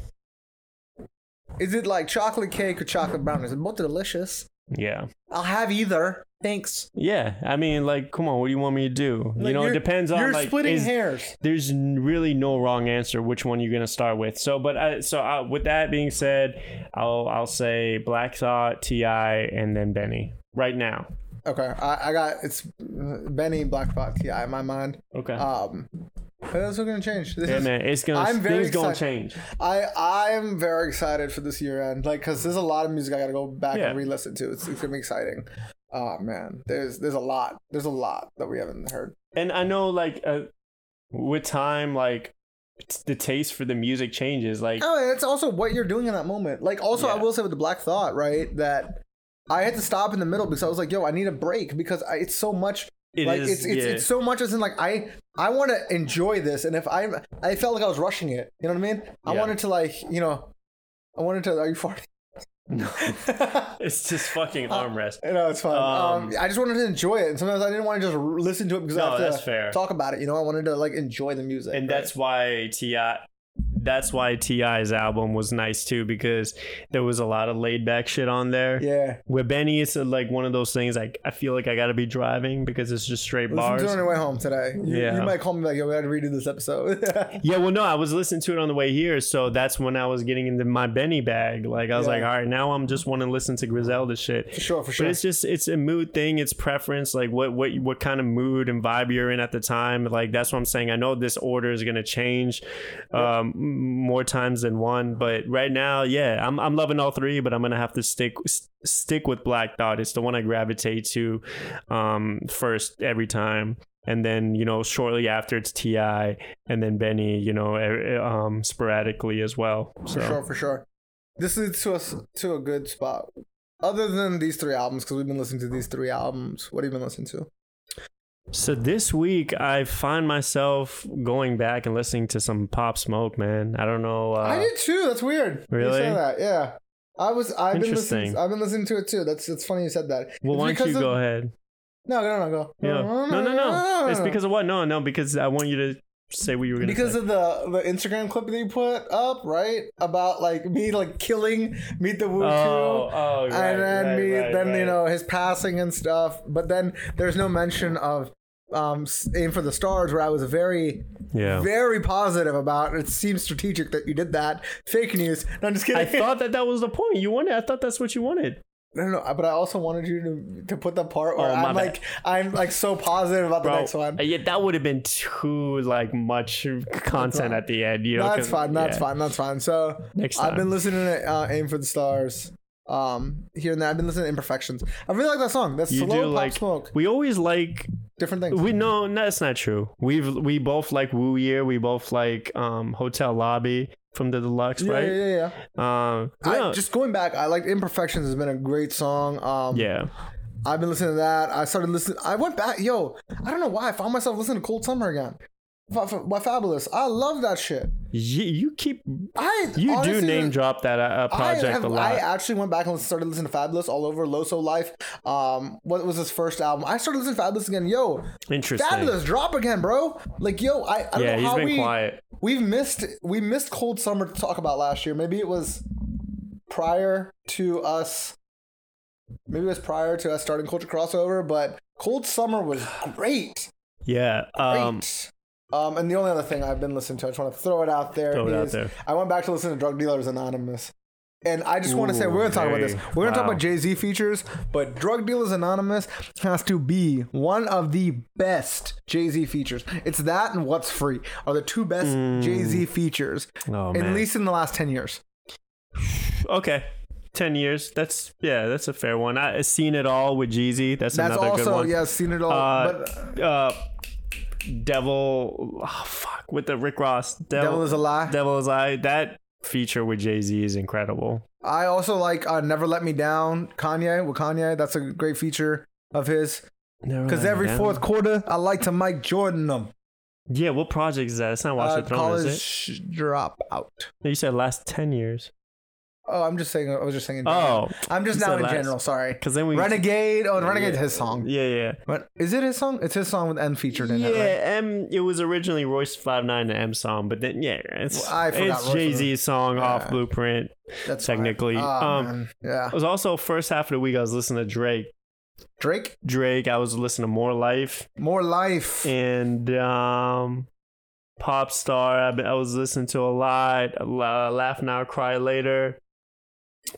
S1: Is it like chocolate cake or chocolate brownies? They're both delicious.
S2: yeah,
S1: I'll have either. Thanks.
S2: yeah. I mean, like, come on, what do you want me to do? you
S1: Like,
S2: know, it
S1: you're-
S2: depends on
S1: You're
S2: like
S1: splitting
S2: is-
S1: hairs.
S2: there's n- really no wrong answer which one you're gonna start with. So, but I, so I, with that being said, I'll I'll say Black Thought, Ti, and then Benny right now.
S1: Okay, I, I got it's uh, Benny Black Fox. Yeah, in my mind.
S2: Okay.
S1: Um, but that's what's gonna change. This (laughs)
S2: yeah,
S1: is,
S2: man, it's gonna
S1: I'm very
S2: things gonna
S1: excited.
S2: change.
S1: I I'm very excited for this year end, like, cause there's a lot of music I gotta go back
S2: Yeah.
S1: and re-listen to. It's, it's gonna be exciting. Oh man, there's there's a lot. There's a lot that we haven't heard.
S2: And I know, like, uh, with time, like t- the taste for the music changes. Like,
S1: Oh, and it's also what you're doing in that moment. Like, also, I
S2: Yeah.
S1: will say with the Black Thought, right, that I had to stop in the middle because I was like, yo, I need a break because I, it's so much
S2: it is
S1: like it's it's,
S2: yeah.
S1: it's so much as in like I I want to enjoy this, and if I I felt like I was rushing it, you know what I mean? I
S2: Yeah.
S1: wanted to like you know, I wanted to. Are you farting?
S2: (laughs) it's just fucking
S1: Uh,
S2: armrest.
S1: You know, it's fun. Um,
S2: Um,
S1: I just wanted to enjoy it, and sometimes I didn't want to just r- listen to it because I
S2: No,
S1: have to
S2: that's fair.
S1: talk about it. You know, I wanted to like enjoy the music,
S2: and
S1: right?
S2: that's why Ti. That's why Ti's album was nice too because there was a lot of laid back shit on there.
S1: yeah.
S2: With Benny, it's uh, like one of those things. Like I feel like I gotta be driving because it's just straight
S1: Listen
S2: bars.
S1: to it on your way home today. You,
S2: Yeah.
S1: you might call me like, yo, we had to redo this episode. (laughs)
S2: Yeah, well, no, I was listening to it on the way here, so that's when I was getting into my Benny bag. Like I was
S1: Yeah.
S2: like, all right, now I'm just want to listen to Griselda shit.
S1: for sure, for
S2: But
S1: sure.
S2: it's just it's a mood thing, it's preference, like what what what kind of mood and vibe you're in at the time. Like that's what I'm saying. I know this order is gonna change um, m- more times than one, but right now, yeah, I'm I'm loving all three, but I'm gonna have to stick s- stick with Black Thought. It's the one I gravitate to um, first every time. And then you know, shortly after it's Ti, and then Benny, you know, er- er, um, sporadically as well. So
S1: for sure, for sure. This leads to us to a good spot. Other than these three albums, because we've been listening to these three albums. What have you been listening to?
S2: So this week I find myself going back and listening to some Pop Smoke, man. I don't know. Uh,
S1: I did too. That's weird.
S2: Really?
S1: You said that. Yeah. I was. I've been listening.
S2: Interesting.
S1: I've been listening to it too. That's. It's funny you said that.
S2: well,
S1: It's
S2: why don't
S1: because of-
S2: you
S1: Oh,
S2: go ahead?
S1: No, no, no, go.
S2: Yeah. No, no, no, It's because of what? No, no, because I want you to say what you were going to
S1: because
S2: say.
S1: of the the Instagram clip that you put up, right? About like me like killing Meet the Woo Too.
S2: oh, oh, right,
S1: and then
S2: right,
S1: me,
S2: right,
S1: then you
S2: right.
S1: know his passing and stuff. But then there's no mention of um, s- Aim for the Stars, where I was very,
S2: Yeah.
S1: very positive about. It seems strategic that you did that. Fake news. No, I'm just (laughs) kidding.
S2: I thought that that was the point. You wanted. I thought that's what you wanted.
S1: no, no, no, but I also wanted you to to put the part where
S2: Oh, my
S1: I'm
S2: bad.
S1: like I'm like so positive about the
S2: Bro,
S1: next one.
S2: Yeah, that would have been too like much content at the end. You know,
S1: That's
S2: 'cause-
S1: fine. That's
S2: yeah.
S1: fine. That's fine. So
S2: Next
S1: I've been
S2: time.
S1: listening to uh, Aim for the Stars. Um, here and there. I've been listening to Imperfections. I really like that song. That's
S2: You
S1: slow
S2: do
S1: pop
S2: like
S1: smoke.
S2: we always like
S1: Different things.
S2: we no no, that's not true. We've we both like Woo Year. We both like um Hotel Lobby from the Deluxe,
S1: yeah,
S2: right?
S1: yeah, yeah, yeah.
S2: Um,
S1: I,
S2: no,
S1: just going back, I like Imperfections has been a great song. Um,
S2: yeah.
S1: I've been listening to that. I started listening. I went back. Yo, I don't know why. I found myself listening to Cold Summer again. F- f- by Fabulous. I love that shit.
S2: You, you keep
S1: I
S2: you
S1: honestly,
S2: do name drop that uh, uh,
S1: I,
S2: project
S1: have-
S2: a lot.
S1: I actually went back and started listening to Fabulous all over Loso Life. Um, what was his first album? I started listening to Fabulous again. Yo,
S2: Interesting.
S1: Fabulous drop again, bro. Like yo, I, I don't
S2: Yeah,
S1: know
S2: he's
S1: how
S2: been
S1: we
S2: quiet.
S1: we've missed we missed Cold Summer to talk about last year. Maybe it was prior to us. Maybe it was prior to us starting Culture Crossover, but Cold Summer was great.
S2: Yeah. Um,
S1: Great. Um, and the only other thing I've been listening to, I just want to throw it out there.
S2: Throw it out
S1: is
S2: there.
S1: I went back to listen to Drug Dealers Anonymous. And I just want to say,
S2: Ooh,
S1: we're going to talk about this.
S2: hey,
S1: We're going to talk
S2: wow.
S1: about Jay Z features, but Drug Dealers Anonymous has to be one of the best Jay Z features. It's that and What's Free are the two best Jay Z features,
S2: Mm. oh
S1: at
S2: man.
S1: least in the last 10 years.
S2: okay. Ten years. That's yeah. That's a fair one. I seen it all with Jeezy. That's,
S1: That's
S2: another good
S1: also,
S2: one.
S1: yeah, seen it all.
S2: Uh,
S1: but
S2: uh, Devil. Oh, fuck. With the Rick Ross. Devil,
S1: Devil is a Lie.
S2: Devil is I. That feature with Jay Z is incredible.
S1: I also like uh, Never Let Me Down, Kanye, with Kanye. That's a great feature of his. Because every fourth quarter, I like to Mike Jordan them.
S2: Yeah. What project is that? It's not Watch
S1: Uh,
S2: the Throne, is it?
S1: college dropout.
S2: No, You said last ten years.
S1: Oh, I'm just saying. I was just saying. in general.
S2: Oh,
S1: I'm just
S2: you
S1: now
S2: said
S1: in
S2: last-
S1: general. Sorry.
S2: 'Cause then we-
S1: Renegade. Oh, Renegade's his song.
S2: yeah, yeah.
S1: But is it his song? It's his song with N featured in
S2: Yeah,
S1: it. Right?
S2: M. It was originally Royce Five Nine and M song, but then yeah, it's
S1: Well, I forgot
S2: it's
S1: Royce
S2: Jay Z's song off Blueprint.
S1: That's
S2: technically,
S1: right. Oh,
S2: um,
S1: man. yeah.
S2: It was also first half of the week I was listening to Drake.
S1: Drake,
S2: Drake, I was listening to More Life
S1: More Life.
S2: and um, Pop Star. I, I was listening to a lot. uh, Laugh Now, Cry Later.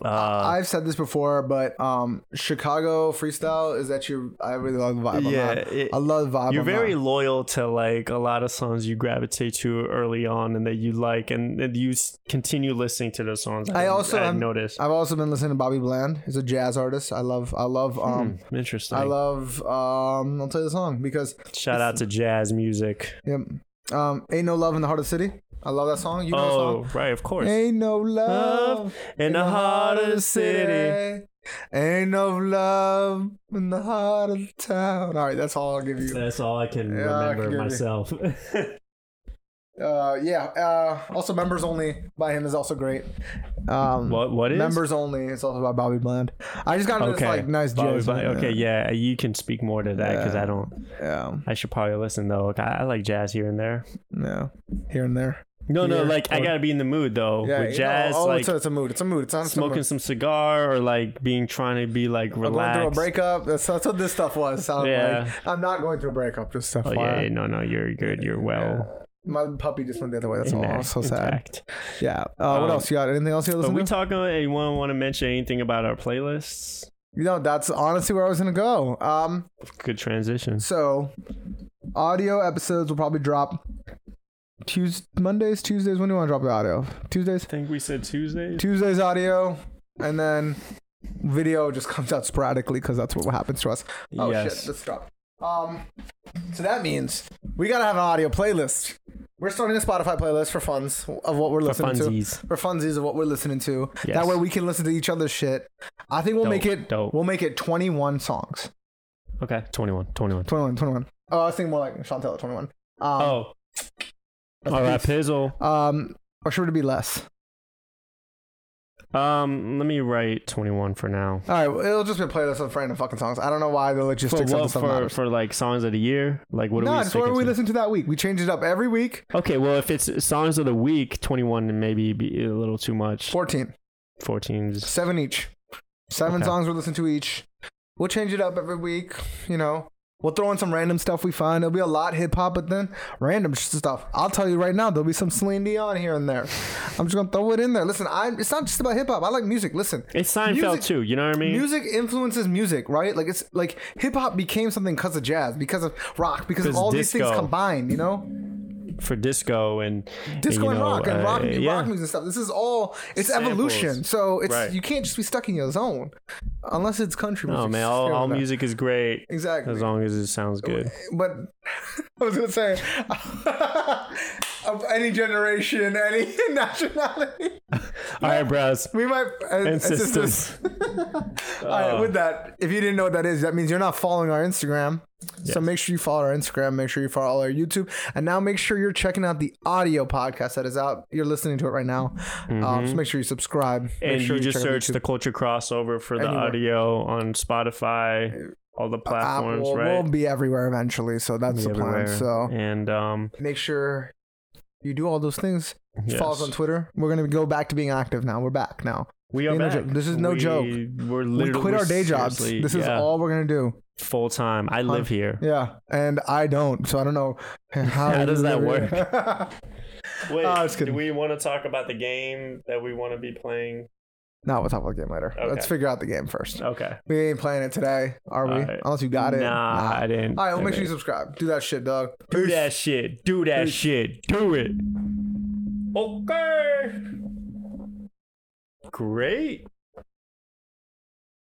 S2: Uh,
S1: I've said this before, but um, Chicago freestyle is that your? I really love the vibe. on
S2: Yeah,
S1: that.
S2: it-
S1: I love the vibe.
S2: you're
S1: on
S2: very
S1: that.
S2: loyal to like a lot of songs you gravitate to early on and that you like, and, and you s- continue listening to those songs.
S1: I
S2: didn't-
S1: also
S2: I
S1: am-
S2: noticed.
S1: I've also been listening to Bobby Bland. He's a jazz artist. I love. I love.
S2: Hmm.
S1: Um,
S2: Interesting.
S1: I love. Um, I'll tell you the song because
S2: Shout out to jazz music.
S1: Yep. Um, ain't no love in the heart of the city. I love that song. You know the
S2: oh,
S1: song.
S2: right, of course.
S1: Ain't no love
S2: Love in the heart of the city.
S1: Ain't no love in the heart of the town. All right, that's all I'll give you.
S2: That's all I can
S1: Yeah, Hmm. I
S2: remember
S1: can
S2: of
S1: give you-
S2: myself. (laughs)
S1: Uh, yeah. Uh, also, members only by him is also great. Um,
S2: What- what is?
S1: members only? It's also by Bobby Bland. I just got into
S2: okay.
S1: this like nice
S2: Bobby
S1: jazz.
S2: Bland.
S1: one.
S2: Okay, yeah, you can speak more to that because I don't.
S1: Yeah.
S2: I should probably listen though. I, I like jazz here and there.
S1: No. Here and there.
S2: No, no,
S1: Here
S2: like I
S1: or-
S2: gotta be in the mood though
S1: Oh. Yeah.
S2: with
S1: you
S2: jazz,
S1: know, oh,
S2: like
S1: it's, a, it's a mood. It's a mood. It's not
S2: smoking some cigar or like being trying to be like
S1: I'm going
S2: relaxed.
S1: through a breakup. That's, that's what this stuff was. So I'm,
S2: Yeah.
S1: like, I'm not going through a breakup. Just stuff.
S2: Oh yeah, yeah, no, no, you're good. You're well.
S1: My puppy just went the other way. That's all.
S2: intact-
S1: so sad.
S2: intact.
S1: Yeah. Uh, what
S2: Um,
S1: else you got? Anything else you
S2: But
S1: listen
S2: we
S1: to?
S2: talking. Anyone want to mention anything about our playlists?
S1: you know, that's honestly where I was gonna go. Um,
S2: Good transition.
S1: so audio episodes will probably drop Tuesdays, Mondays, Tuesdays. When do you want to drop the audio? Tuesdays.
S2: I think we said Tuesdays.
S1: Tuesdays audio, and then video just comes out sporadically because that's what happens to us. Oh
S2: Yes.
S1: shit, let's drop. Um, so that means we gotta have an audio playlist. We're starting a Spotify playlist for funds of what we're listening
S2: funsies.
S1: to. For funsies of what we're listening to.
S2: Yes.
S1: That way we can listen to each other's shit. I think we'll
S2: Dope,
S1: make it.
S2: dope.
S1: We'll make it 21 songs.
S2: Okay, 21, 21.
S1: 21, 21. Oh, I was thinking more like Chantel at 21. Um,
S2: Oh. All right, Pizzle.
S1: Um, or should it be less?
S2: Um, let me write 21 for now.
S1: All right, well, it'll just be a playlist of random fucking songs. I don't know why the
S2: For
S1: logistics of
S2: what?
S1: the stuff
S2: For,
S1: matters.
S2: for like songs of the year? Like what
S1: no,
S2: are we
S1: it's what
S2: sticking
S1: we
S2: to?
S1: listen to that week. We change it up every week.
S2: Okay, well if it's songs of the week, 21 maybe be a little too much.
S1: 14,
S2: 14 is
S1: seven each. Seven
S2: Okay.
S1: songs we listen to each. We'll change it up every week, you know. We'll throw in some random stuff we find. It'll be a lot hip hop, but then random sh- stuff. I'll tell you right now, there'll be some Celine Dion here and there. I'm just gonna throw it in there. Listen, I it's not just about hip hop. I like music. Listen,
S2: It's Seinfeld
S1: Music-
S2: too. You know what I mean?
S1: Music influences music, right? Like it's like hip hop became something because of jazz, because of rock, because of
S2: 'Cause
S1: all these things
S2: disco.
S1: combined. You know,
S2: For disco and
S1: disco
S2: you
S1: and
S2: know,
S1: rock and rock,
S2: uh,
S1: rock
S2: yeah.
S1: music and stuff. This is all it's
S2: Samples.
S1: evolution. So it's
S2: Right.
S1: you can't just be stuck in your zone, unless it's country music.
S2: Oh man, all,
S1: Still Oh,
S2: all
S1: not.
S2: music is great
S1: Exactly.
S2: as long as it sounds good.
S1: but (laughs) I was gonna say (laughs) of any generation, any (laughs) nationality,
S2: All right, bros.
S1: we might uh, and,
S2: And sisters.
S1: (laughs) All right, with that, if you didn't know what that is, that means you're not following our Instagram. So make sure you follow our Instagram. Make sure you follow our YouTube, and now make sure you're checking out the audio podcast that is out. You're listening to it right now. Um, so make sure you subscribe. Make
S2: Mm-hmm. and
S1: sure
S2: you just
S1: check out
S2: search
S1: YouTube,
S2: the culture crossover for the
S1: Anywhere.
S2: audio on Spotify, all the platforms,
S1: Apple.
S2: right?
S1: We'll be everywhere eventually, so that's the
S2: Everywhere.
S1: plan. So
S2: and um,
S1: make sure you do all those things.
S2: yes.
S1: Follow us on Twitter. We're gonna go back to being active now. We're back now.
S2: We are
S1: No joke.
S2: back.
S1: This is no
S2: We-
S1: joke.
S2: We're literally
S1: We quit our day jobs.
S2: seriously-
S1: This is
S2: yeah,
S1: all we're gonna do.
S2: full time. I live here.
S1: Yeah, and I don't, so I don't
S2: (laughs)
S1: know how, you (laughs)
S2: does that
S1: live here.
S2: Wait,
S1: Ah, I was
S2: do
S1: kidding.
S2: we want to talk about the game that we want to be playing?
S1: no, we'll talk about the game later.
S2: Okay.
S1: Let's figure out the game first.
S2: Okay.
S1: We ain't playing it today, are we?
S2: Alright.
S1: Unless you got it.
S2: Nah, I didn't.
S1: All right, well, make sure
S2: Okay.
S1: you subscribe. Do that shit, dog.
S2: Do that shit. Do that shit. Do it. Okay. Great.